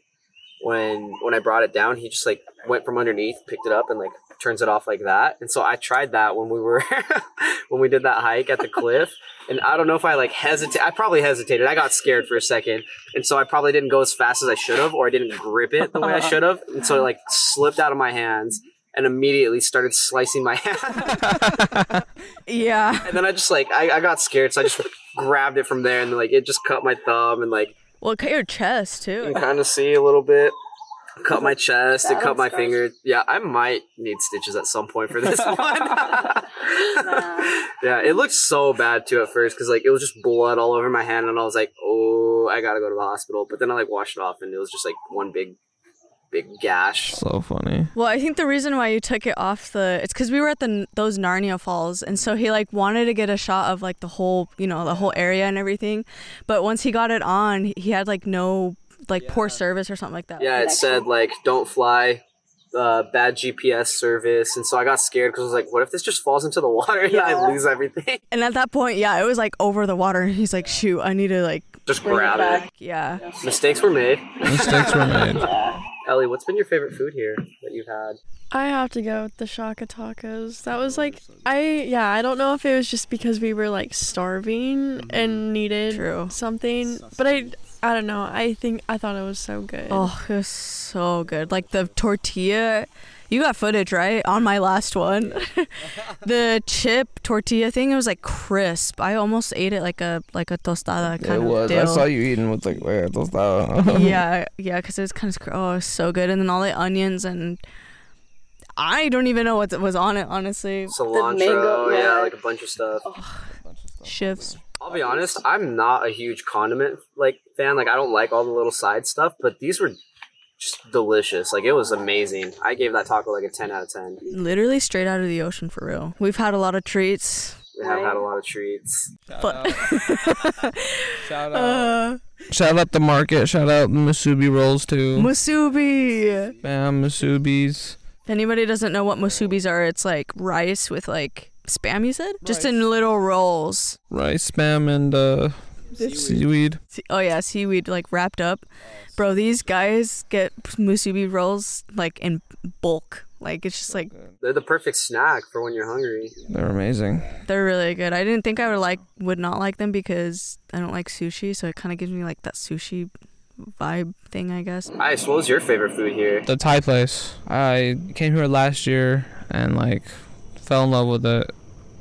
B: when when I brought it down, he just like went from underneath, picked it up, and like turns it off like that. And so I tried that when we were when we did that hike at the cliff. And I don't know if I like hesitate. I probably hesitated. I got scared for a second, and so I probably didn't go as fast as I should have, or I didn't grip it the way I should have, and so it like slipped out of my hands. And immediately started slicing my hand,
E: Yeah.
B: and then I just like I, I got scared, so I just grabbed it from there, and like it just cut my thumb, and like
E: Well, cut your chest
B: you
E: too.
B: can kind of see a little bit. Cut my chest and cut my finger. Yeah, I might need stitches at some point for this one. yeah, it looked so bad too at first because like it was just blood all over my hand, and I was like, oh, I gotta go to the hospital. But then I like washed it off, and it was just like one big, big gash.
C: So funny.
E: Well, I think the reason why you took it off the it's because we were at the those Narnia Falls, and so he like wanted to get a shot of like the whole you know the whole area and everything, but once he got it on, he had like no like poor service or something like that.
B: Yeah, it said like don't fly, uh, bad GPS service, and so I got scared because I was like, what if this just falls into the water and I lose everything?
E: And at that point, yeah, it was like over the water. and He's like, shoot, I need to like
B: just grab it.
E: yeah.
B: Mistakes were made.
C: Mistakes were made.
B: Ellie, what's been your favorite food here that you've had?
D: I have to go with the Shaka tacos. That was like
E: Oh,
D: I yeah, I don't know if it was just because we were like starving and needed
E: Mm-hmm. True.
D: something, but I I don't know. I think I thought it was so good.
E: Oh, it was so good. Like the tortilla. You got footage, right? On my last one. the chip tortilla thing, it was like crisp. I almost ate it like a like a tostada
C: It
E: kind of
C: was.
E: deal.
C: I saw you eating with like where those uh, that.
E: yeah, yeah, because it was kind of oh, it was so good, and then all the onions and I don't even know what was on it, honestly.
B: cilantro, yeah, like a bunch of stuff.
E: Shifts.
B: I'll be honest, I'm not a huge condiment like fan. Like I don't like all the little side stuff, but these were just delicious. Like it was amazing. I gave that taco like a 10 out of 10.
E: Literally straight out of the ocean for real. We've had a lot of treats.
B: We have had a lot of treats.
E: But
C: Shout out. Uh, Shout out the market. Shout out Masubi rolls too.
E: musubi.
C: Bam, Masubis.
E: If anybody doesn't know what musubis are, it's like rice with like spam, you said? Just in little rolls.
C: Rice, spam, and uh, seaweed.
E: Se- Oh, yeah, seaweed like wrapped up. Bro, these guys get musubi rolls like in bulk. Like it's just like
B: They're the perfect snack for when you're hungry.
C: They're amazing.
E: they're really good. I didn't think I would like would not like them because I don't like sushi, so it kind of gives me like that sushi vibe thing, I guess.
B: Ice, what was your favorite food here?
C: The Thai place. I came here last year and like fell in love with it,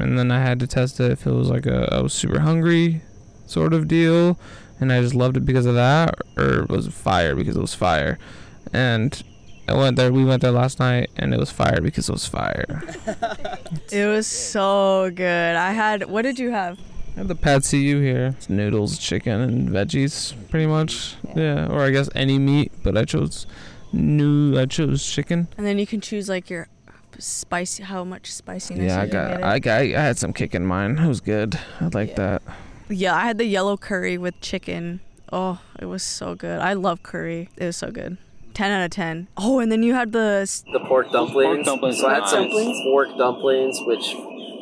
C: and then I had to test it if it was like a I was super hungry sort of deal, and I just loved it because of that, or it was fire because it was fire, and. I went there. We went there last night, and it was fire because it was fire.
E: It was so good. I had what did you have?
C: I had the patsy you here. It's noodles, chicken, and veggies, pretty much. Yeah, or I guess any meat, but I chose new. I chose chicken.
E: And then you can choose like your spicy how much spiciness
C: Yeah, I
E: you can get
C: got,
E: in.
C: I got, I had some kick in mine. It was good. I like that.
E: Yeah, I had the yellow curry with chicken. Oh, it was so good. I love curry. It was so good. 10 out of 10. Oh, and then you had the s-
B: The pork dumplings.
F: Pork dumplings
B: So I had
F: are
B: some
F: nice.
B: pork dumplings, which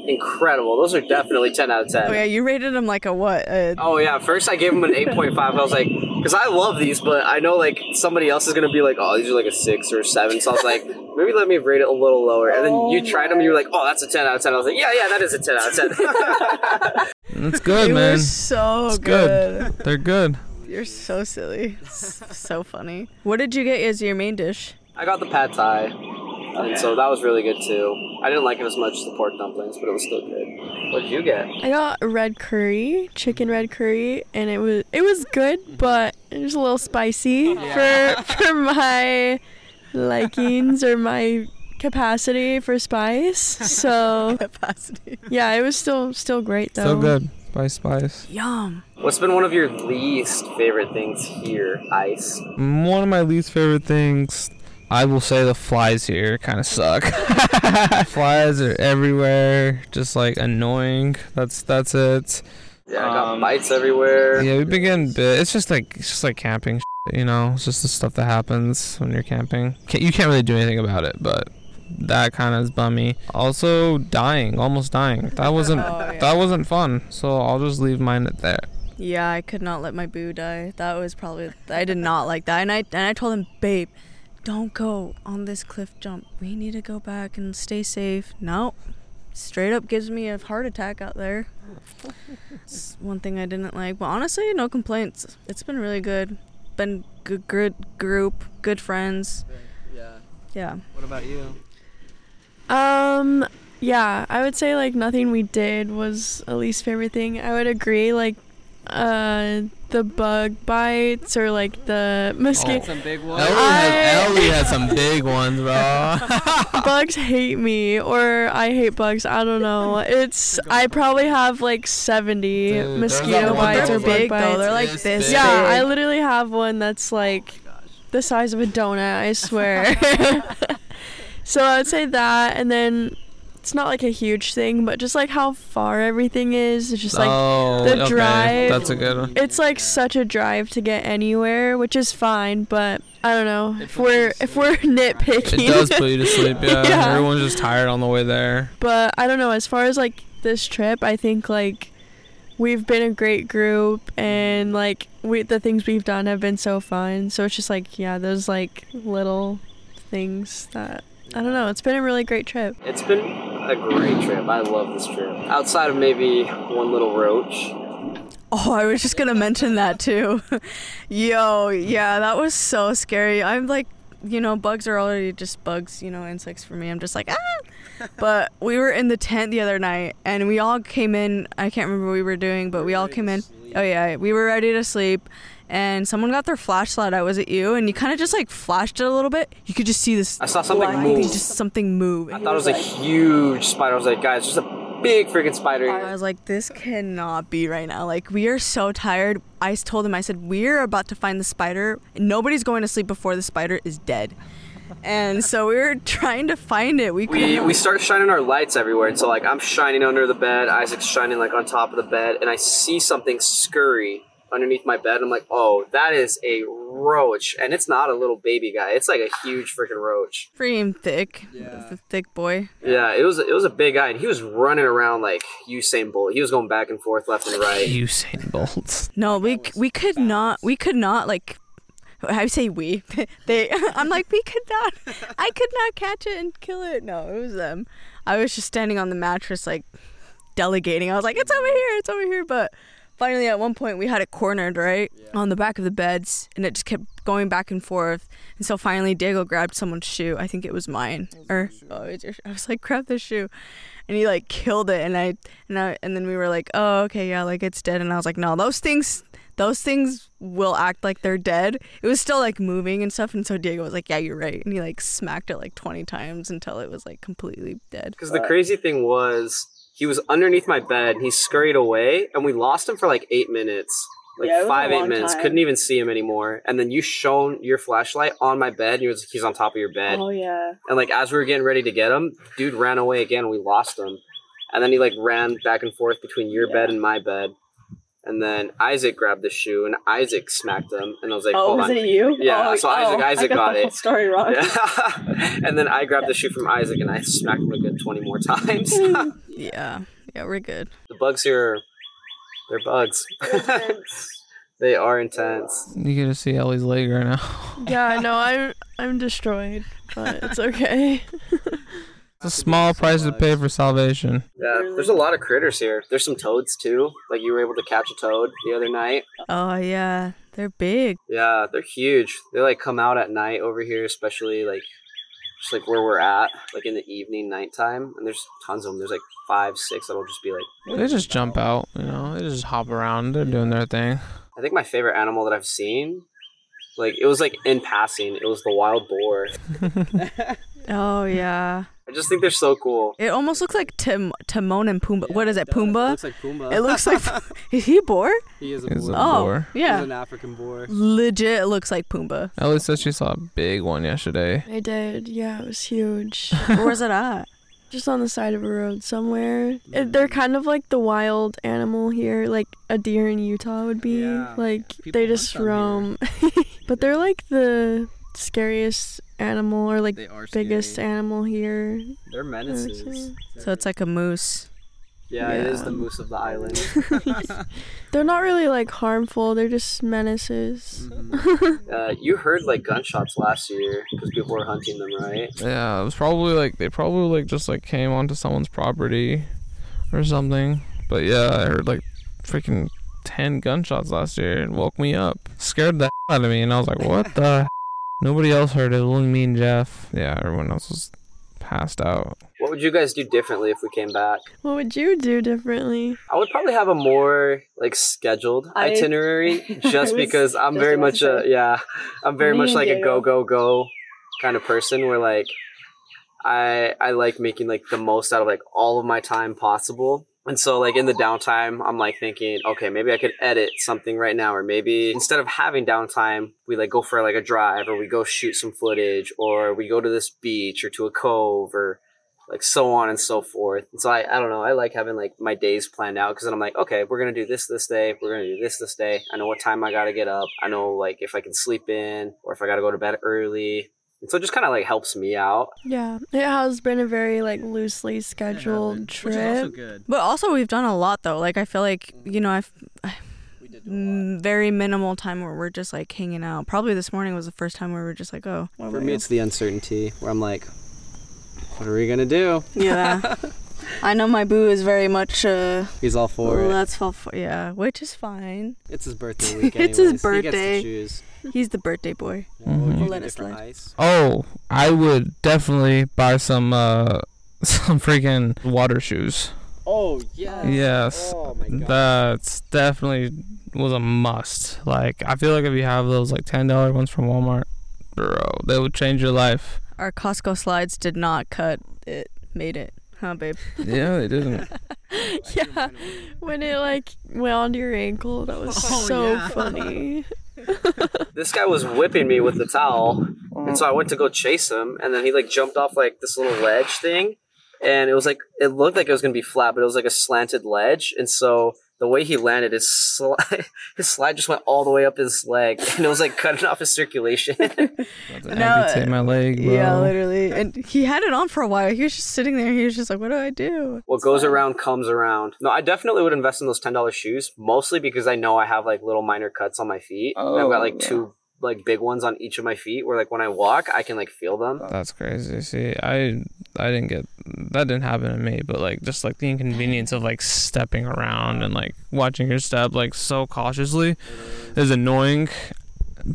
B: incredible. Those are definitely 10 out of 10.
E: Oh yeah, you rated them like a what? A,
B: Oh yeah, first I gave him an 8.5. I was like, because I love these, but I know like somebody else is gonna be like, oh, these are like a six or a seven. So I was like, maybe let me rate it a little lower. And then you tried them, and you were like, oh, that's a 10 out of 10. I was like, yeah, yeah, that is a 10 out of 10.
C: That's good,
E: they were
C: man.
E: so
C: It's
E: good.
C: good. They're good.
E: You're so silly. so funny. What did you get as your main dish?
B: I got the pad thai, and so that was really good too. I didn't like it as much as the pork dumplings, but it was still good. What did you get?
D: I got red curry, chicken red curry, and it was it was
C: Mm-hmm.
D: good, but it was a little spicy for for my likings or my capacity for spice. So
E: Capacity.
D: yeah, it was still still great though.
C: So good. Spice, spice.
E: Yum.
B: What's been one of your least favorite things here, Ice?
C: Mm, One of my least favorite things I will say the flies here kind of suck. flies are everywhere, just like annoying. That's that's it.
B: Yeah, I got
F: Um,
B: bites everywhere.
C: Yeah, we've been getting bit. It's just like it's just like camping, you know. It's just the stuff that happens when you're camping. Can't, you can't really do anything about it, but that kind of is bummy. Also, dying, almost dying. That wasn't
E: Oh, yeah.
C: that wasn't fun. So I'll just leave mine at there.
E: Yeah, I could not let my boo die. That was probably I did not like that. And I and I told him, babe, don't go on this cliff jump. We need to go back and stay safe. No, straight up gives me a heart attack out there. It's one thing I didn't like. But honestly, no complaints. It's been really good. Been good, good group, good friends.
A: Yeah.
E: Yeah.
A: What about you?
D: Um, yeah, I would say like nothing we did was a least favorite thing. I would agree, like, uh, the bug bites or like the
C: Oh.
D: mosquito
A: Some big
C: Ellie,
A: one.
C: has,
D: I-
C: Ellie had some big ones, bro. Ah.
D: bugs hate me or I hate bugs. I don't know. It's I probably have like seventy
C: Dude, there's that
D: mosquito
C: one
D: bites
C: that
D: or
C: was, like,
D: bug bites.
E: They're like
C: This
E: this.
C: big. Oh
D: yeah, I
E: big.
D: literally have one that's like the size of a donut, I swear. so I would say that and then it's not like a huge thing, but just like how far everything is, it's just like
C: oh,
D: the drive-
C: That's a good one.
D: it's like such a drive to get anywhere, which is fine, but I don't know. If we're if we're nitpicking
C: It does put you to sleep. Yeah,
D: Yeah.
C: everyone's just tired on the way there.
D: but I don't know. As far as like this trip, I think like we've been a great group, and like we the things we've done have been so fun. So it's just like yeah, those like little things that I don't know. It's been a really great trip.
B: It's been a great trip. I love this trip. Outside of maybe one little roach.
E: Oh, I was just gonna mention that too. Yo, yeah, that was so scary. I'm like, you know, bugs are already just bugs, you know, insects for me. I'm just like, ah. But we were in the tent the other night and we all came in. I can't remember what we were doing, but we all came in. Oh, yeah, we were ready to sleep. And someone got their flashlight out. Was it you? And you kind of just like flashed it a little bit. You could just see this.
B: I saw something
E: light
B: move.
E: and Just something move.
B: I thought it was a huge spider. I was like, guys, just a big freaking spider.
E: I was like, this cannot be right now. Like, we are so tired. I s- told him, I said, we're about to find the spider. Nobody's going to sleep before the spider is dead. And so we were trying to find it. We
B: We,
E: couldn't.
B: we start shining our lights everywhere. And so, like, I'm shining under the bed. Isaac's shining, like, on top of the bed. And I see something scurry underneath my bed. I'm like, oh, that is a roach. And it's not a little baby guy. It's like a huge freaking roach.
E: Freaking thick, the thick boy.
B: Yeah, it was it was a big guy. And he was running around like Usain Bolt. He was going back and forth, left and right.
C: Usain Bolt.
E: No, we c- we could not. We could not like. I say we. they. I'm like we could not. I could not catch it and kill it. No, it was them. I was just standing on the mattress like delegating. I was like, it's over here, it's over here. But finally, at one point, we had it cornered right on the back of the beds, and it just kept going back and forth. And so finally, Diego grabbed someone's shoe. I think it was mine. Or oh, it's your shoe. I was like, grab this shoe, and he like killed it. And I and I and then we were like, oh okay, yeah, like it's dead. And I was like, no, those things. Those things will act like they're dead. It was still like moving and stuff, and so Diego was like, "Yeah, you're right," and he like smacked it like twenty times until it was like completely dead.
B: Because the crazy thing was, he was underneath my bed and he scurried away, and we lost him for like eight minutes. Like
F: Yeah, it was a
B: five, eight
F: long
B: minutes.
F: time.
B: Couldn't even see him anymore. And then you shone your flashlight on my bed, and he was he's on top of your bed.
F: Oh yeah.
B: And like as we were getting ready to get him, dude ran away again, and we lost him. And then he like ran back and forth between your bed and my bed. And then Isaac grabbed the shoe, and Isaac smacked him. And I was like,
F: oh,
B: "Hold
F: was
B: on,
F: it you?
B: Yeah,
F: Oh,
B: so
F: oh,
B: Isaac- Isaac
F: I got,
B: got
F: the whole
B: it.
F: story wrong.
B: Yeah. and then I grabbed the shoe from Isaac and I smacked him a good 20 more times. the
E: Yeah, yeah, we're good.
B: bugs here, are- they're bugs. they are intense.
C: You get to see Ellie's leg right now.
D: Yeah, no, I'm I'm destroyed, but it's okay.
C: It's a small price to pay for salvation.
B: Yeah, there's a lot of critters here. There's some toads too. Like you were able to catch a toad the other night.
E: Oh yeah, they're big.
B: Yeah, they're huge. They like come out at night over here, especially like just like where we're at, like in the evening, nighttime. And there's tons of them. There's like five, six that'll just be like.
C: They just jump out, you know. They just hop around. They're doing their thing.
B: I think my favorite animal that I've seen, like it was like in passing, it was the wild boar.
E: Oh yeah.
B: I just think they're so cool.
E: It almost looks like Tim, Timon and Pumbaa. what is it, Pumbaa?
A: Looks like Pumbaa.
E: It looks like is he a boar?
A: he is a
C: He's a
A: boar.
E: Oh,
C: boar.
A: He's
E: yeah.
A: an African boar.
E: Legit looks like Pumbaa.
C: Ellie said she saw a big one yesterday.
D: I did. Yeah, it was huge.
E: Where's it at?
D: Just on the side of a road somewhere.
A: Mm.
D: It, they're kind of like the wild animal here, like a deer in Utah would be.
A: Yeah.
D: Like
A: People
D: they
A: hunt
D: just
A: them here.
D: roam. but they're like the scariest animal or like
A: They are
D: biggest
A: scary.
D: animal here.
A: They're menaces.
D: Actually.
E: So it's like a moose.
B: Yeah, it is
D: Yeah.
B: the moose of the island.
D: They're not really like harmful. They're just menaces.
A: Mm-hmm.
B: Uh, you heard like gunshots last year because people were hunting them, right?
C: Yeah, it was probably like they probably like just like came onto someone's property or something. But yeah, I heard like freaking ten gunshots last year and woke me up. Scared the out of me and I was like, What the Nobody else heard it, only me and Jeff. Yeah, everyone else was passed out.
B: What would you guys do differently if we came back?
D: What would you do differently?
B: I would probably have a more like scheduled
G: I-
B: itinerary
G: was
B: just because I'm
G: just
B: very
G: about
B: much
G: to
B: a
G: say.
B: yeah, I'm very
G: Me
B: much
G: and
B: like a go
G: Diego.
B: go go kind of person where like I I like making like the most out of like all of my time possible. And so like in the downtime, I'm like thinking, okay, maybe I could edit something right now or maybe instead of having downtime, we like go for like a drive or we go shoot some footage or we go to this beach or to a cove or like so on and so forth. And so I, I don't know. I like having like my days planned out because then I'm like, okay, we're gonna do this this day. We're gonna do this this day. I know what time I gotta get up. I know like if I can sleep in or if I gotta go to bed early. And so it just kind of like helps me out.
D: Yeah, it has been a very like loosely scheduled trip.
A: good.
E: But also we've done a lot though. Like I feel like you know I've
A: We did
E: mm, very minimal time where we're just like hanging out. Probably this morning was the first time where we were just like, oh, what
A: For
E: about
A: me,
E: you?
A: it's the uncertainty where I'm like, what are we gonna do?
E: yeah. I know my boo is very much uh,
A: He's all for it.
E: let's fall for yeah, which is fine.
A: It's his birthday week. anyways.
E: It's his
A: He gets to
E: birthday.
A: choose.
E: He's the birthday boy.
A: Yeah, what would you do
E: Let it
A: different,
E: slide.
A: Ice?
C: Oh, I would definitely buy some uh some freaking water shoes.
A: Oh yes.
C: Yes.
A: Oh my god.
C: That's definitely was a must. Like I feel like if you have those like ten dollar ones from Walmart, bro, they would change your life.
E: Our Costco slides did not cut it, made it, huh, babe?
C: yeah, they didn't.
D: yeah, when it like wound your ankle, that was so funny.
B: This guy was whipping me with the towel, and so
F: Uh-huh.
B: I went to go chase him, and then he like jumped off like this little ledge thing, and it was like it looked like it was gonna be flat, but it was like a slanted ledge, and so. The way he landed, his slide, his slide just went all the way up his leg, and it was like cutting off his circulation.
C: About to amputate my leg, bro.
E: literally. And he had it on for a while. He was just sitting there. He was just like, what do I do?
B: what goes around comes around. No, I definitely would invest in those ten dollars shoes, mostly because I know I have like little minor cuts on my feet. and I've got
F: Oh,
B: like
F: yeah.
B: two like big ones on each of my feet, where like when I walk, I can like feel them.
C: That's crazy. See, I I didn't get that didn't happen to me, but like just like the inconvenience of like stepping around and like watching your step like so cautiously is annoying.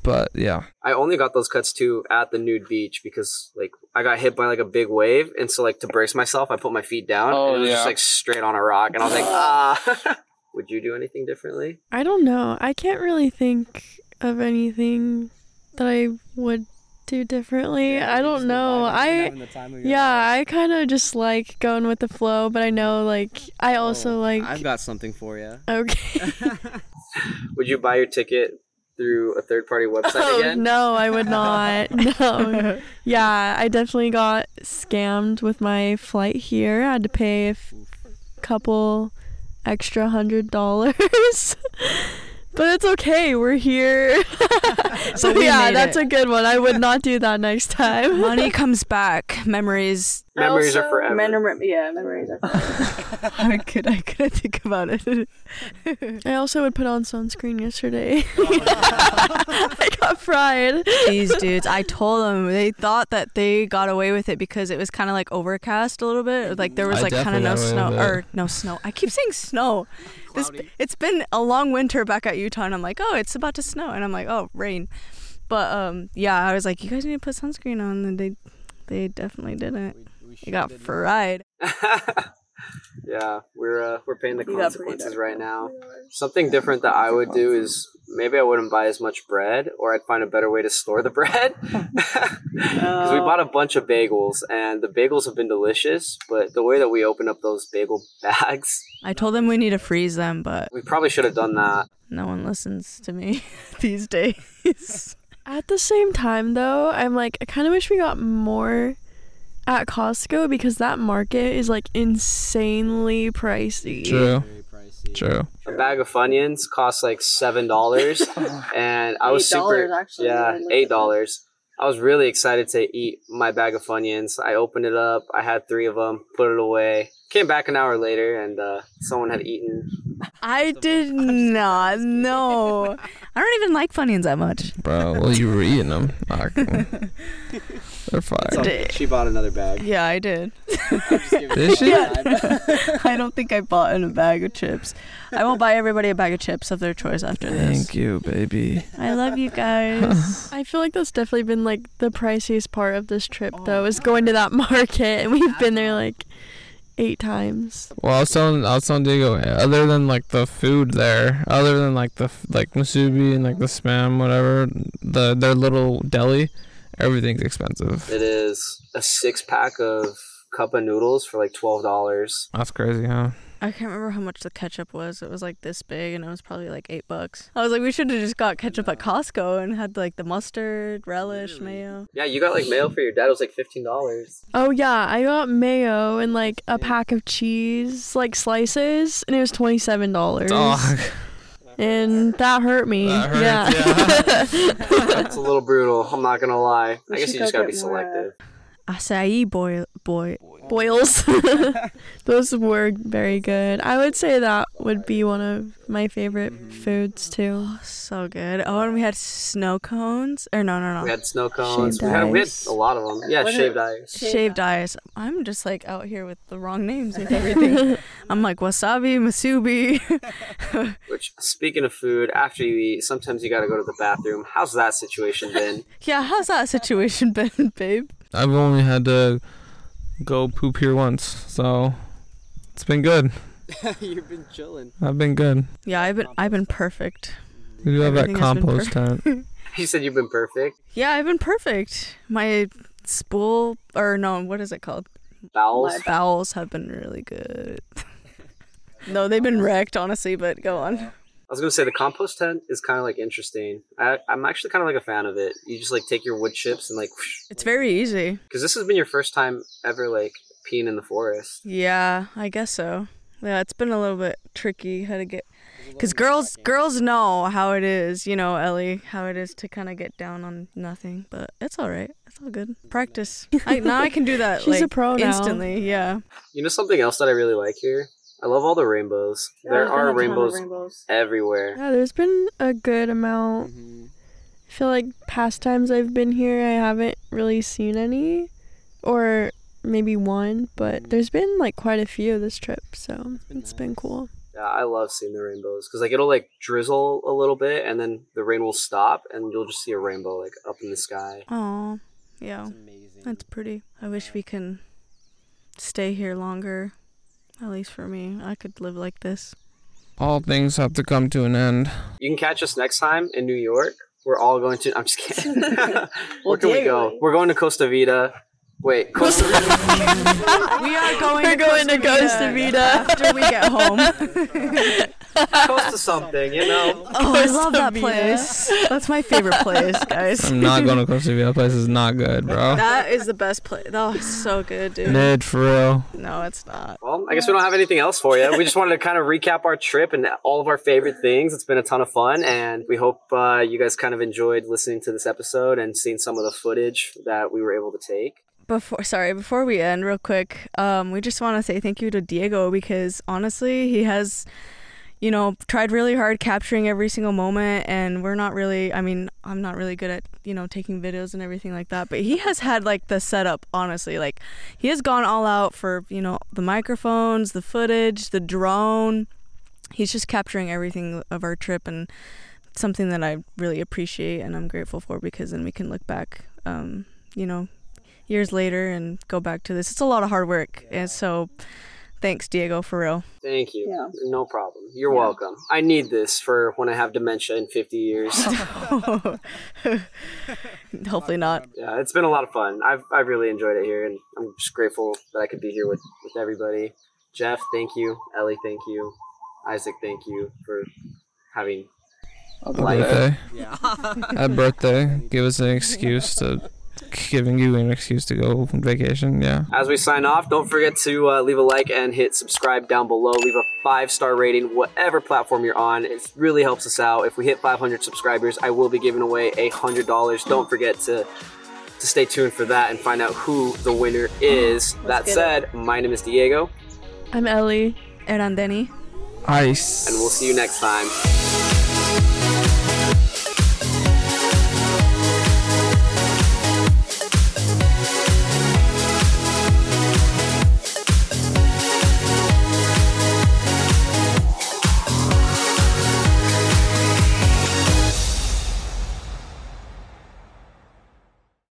C: But yeah,
B: I only got those cuts too at the nude beach because like I got hit by like a big wave, and so like to brace myself, I put my feet down,
F: Oh,
B: and it was just
F: yeah.
B: like straight on a rock, and I was like, ah. would you do anything differently?
D: I don't know. I can't really think of anything that I would do differently. I don't know. I yeah, I kind of just like going with the flow, but I know like I also like
A: I've got something for you.
D: okay.
B: Would you buy your ticket through a third party website
D: Oh,
B: again?
D: no, I would not. No. Yeah, I definitely got scammed with my flight here. I had to pay a f- couple extra hundred dollars. but it's okay. We're here. so
E: But we
D: yeah,
E: made
D: that's
E: it.
D: a good one. I would not do that next time.
E: Money comes back. Memories.
B: Memories are
G: Also,
B: forever.
G: memor- yeah, memories are forever.
E: I could I couldn't think about it.
D: I also would put on sunscreen yesterday.
E: Oh.
D: I got fried.
E: These dudes, I told them they thought that they got away with it because it was kind of like overcast a little bit. Like there was
C: I
E: like kind
C: definitely
E: of no
C: got
E: snow
C: away with
E: or no snow. I keep saying snow. This, it's been a long winter back at Utah, and I'm like, oh, it's about to snow, and I'm like, oh, rain. But um, yeah, I was like, you guys need to put sunscreen on, and they they definitely didn't. They got fried.
B: yeah, we're uh, we're paying the
G: got pretty
B: consequences
G: dark.
B: right now. Something different that I would do is maybe I wouldn't buy as much bread, or I'd find a better way to store the bread. Because we bought a bunch of bagels, and the bagels have been delicious, but the way that we open up those bagel bags,
E: I told them we need to freeze them, but
B: we probably should have done that.
E: no one listens to me these days.
D: At the same time, though, I'm like, I kind of wish we got more at Costco because that market is like insanely pricey.
C: True. True.
B: A bag of Funyuns cost like seven dollars, and I was
G: $8
B: super
G: actually, I
B: yeah
G: looked
B: eight
G: it
B: dollars. I was really excited to eat my bag of Funyuns. I opened it up. I had three of them. Put it away. Came back an hour later, and uh, someone had eaten.
E: I did not. No, I don't even like Funyuns that much.
C: Bro, well, you were eating them. Fuck. They're fire.
A: She bought another bag.
E: Yeah, I did.
C: This shit?
E: I don't think I bought in a bag of chips. I will buy everybody a bag of chips of their choice after this.
C: Thank you, baby.
E: I love you guys.
D: I feel like that's definitely been like the priciest part of this trip,
E: Oh
D: though, is going to that market, and we've been there like eight times.
C: Well, I was telling, I was telling Diego, other than like the food there, other than like the f- like musubi and like the spam, whatever, the their little deli, everything's expensive.
B: It is a six pack of cup of noodles for like twelve dollars.
C: That's crazy, huh?
E: I can't remember how much the ketchup was. It was like this big, and it was probably like eight bucks. I was like, we should have just got ketchup at Costco and had like the mustard, relish, mayo.
B: Yeah, you got like mail for your dad. It was like fifteen dollars.
D: Oh, yeah, I got mayo and like a pack of cheese, like slices, and it was $27.
C: Dog.
D: And that hurt me.
C: That hurts,
B: That's a little brutal. I'm not gonna lie. I
G: We
B: guess
G: should
B: you just
G: go
B: gotta be
G: get more, uh,
B: selective.
E: Acai boil, boy.
D: boils. Those were very good. I would say that would be one of my favorite foods too.
E: So good. Oh, and we had snow cones. Or no, no, no.
B: We had snow cones.
D: Shaved
B: We had, we had
D: ice.
B: a lot of them. Yeah,
G: What
B: shaved
G: are-
B: ice.
E: shaved ice. I'm just like out here with the wrong names and everything. I'm like wasabi, masubi.
B: Which, speaking of food, after you eat, sometimes you gotta go to the bathroom. How's that situation been?
E: yeah, how's that situation been, babe?
C: I've only had to go poop here once, so it's been good.
A: You've been chilling.
C: I've been good.
E: Yeah, I've been I've been perfect.
C: We do have that
E: Everything has been
C: compost tent.
B: you said you've been perfect.
E: Yeah, I've been perfect. My spool or no, what is it called?
B: Bowels.
E: My bowels have been really good. no, they've been wrecked, honestly. But go on.
B: I was gonna say the compost tent is kind of like interesting. I, I'm actually kind of like a fan of it. You just like take your wood chips and like,
E: It's very easy.
B: because this has been your first time ever like peeing in the forest.
E: Yeah, I guess so. Yeah, it's been a little bit tricky how to get cuz girls girls know how it is, you know, Ellie, how it is to kind of get down on nothing, but it's all right. It's all good. Practice. I, now I can do that
D: She's a
E: like
D: pro now.
E: instantly. Yeah.
B: You know something else that I really like here? I love all the rainbows. there are rainbows,
G: rainbows.
B: everywhere.
D: Yeah, there's been a good amount. I feel like past times I've been here, I haven't really seen any, or maybe one, but there's been like quite a few this trip, so Mm. it's been, cool.
B: Yeah, I love seeing the rainbows because like it'll like drizzle a little bit and then the rain will stop and you'll just see a rainbow like up in the sky.
E: Oh. Yeah. That's pretty. I wish we can stay here longer. At least for me. I could live like this.
C: All things have to come to an end.
B: You can catch us next time in New York. We're all going to. I'm just kidding. Where can we go? We're going to Costa Vida. Wait, Costa Rica.
E: We are going We're to going Costa to Costa Vida after we get home.
B: Costa something, you know?
E: Oh, I love that place. That's my favorite place, guys.
C: I'm not going to Costa Rica. That place is not good, bro.
E: That is the best place. Oh, it's so good, dude.
C: Mid for real.
E: No, it's not.
B: Well, I guess we don't have anything else for you. We just wanted to kind of recap our trip and all of our favorite things. It's been a ton of fun, and we hope uh, you guys kind of enjoyed listening to this episode and seeing some of the footage that we were able to take.
E: Before, sorry, before we end, real quick, um, we just want to say thank you to Diego because honestly, he has, you know, tried really hard capturing every single moment, and we're not really. I mean, I'm not really good at you know taking videos and everything like that, but he has had like the setup. Honestly, like he has gone all out for you know the microphones, the footage, the drone. He's just capturing everything of our trip and something that I really appreciate and I'm grateful for because then we can look back, um, you know, years later and go back to this. It's a lot of hard work, and so Thanks, Diego, for real.
B: Thank you.
G: Yeah.
B: No problem. You're welcome. I need this for when I have dementia in 50 years.
E: Hopefully not.
B: yeah, it's been a lot of fun. I've, I've really enjoyed it here, and I'm just grateful that I could be here with, with everybody. Jeff, thank you. Ellie, thank you. Isaac, thank you for having
C: birthday. At birthday, give us an excuse to giving you an excuse to go on vacation. Yeah.
B: As we sign off, don't forget to uh, leave a like and hit subscribe down below. Leave a five star rating, whatever platform you're on. It really helps us out. If we hit 500 subscribers, I will be giving away $100. Don't forget to, to stay tuned for that and find out who the winner is. that said, my name is Diego,
D: I'm Ellie.
E: Erandeni.
C: Ice.
B: and we'll see you next time.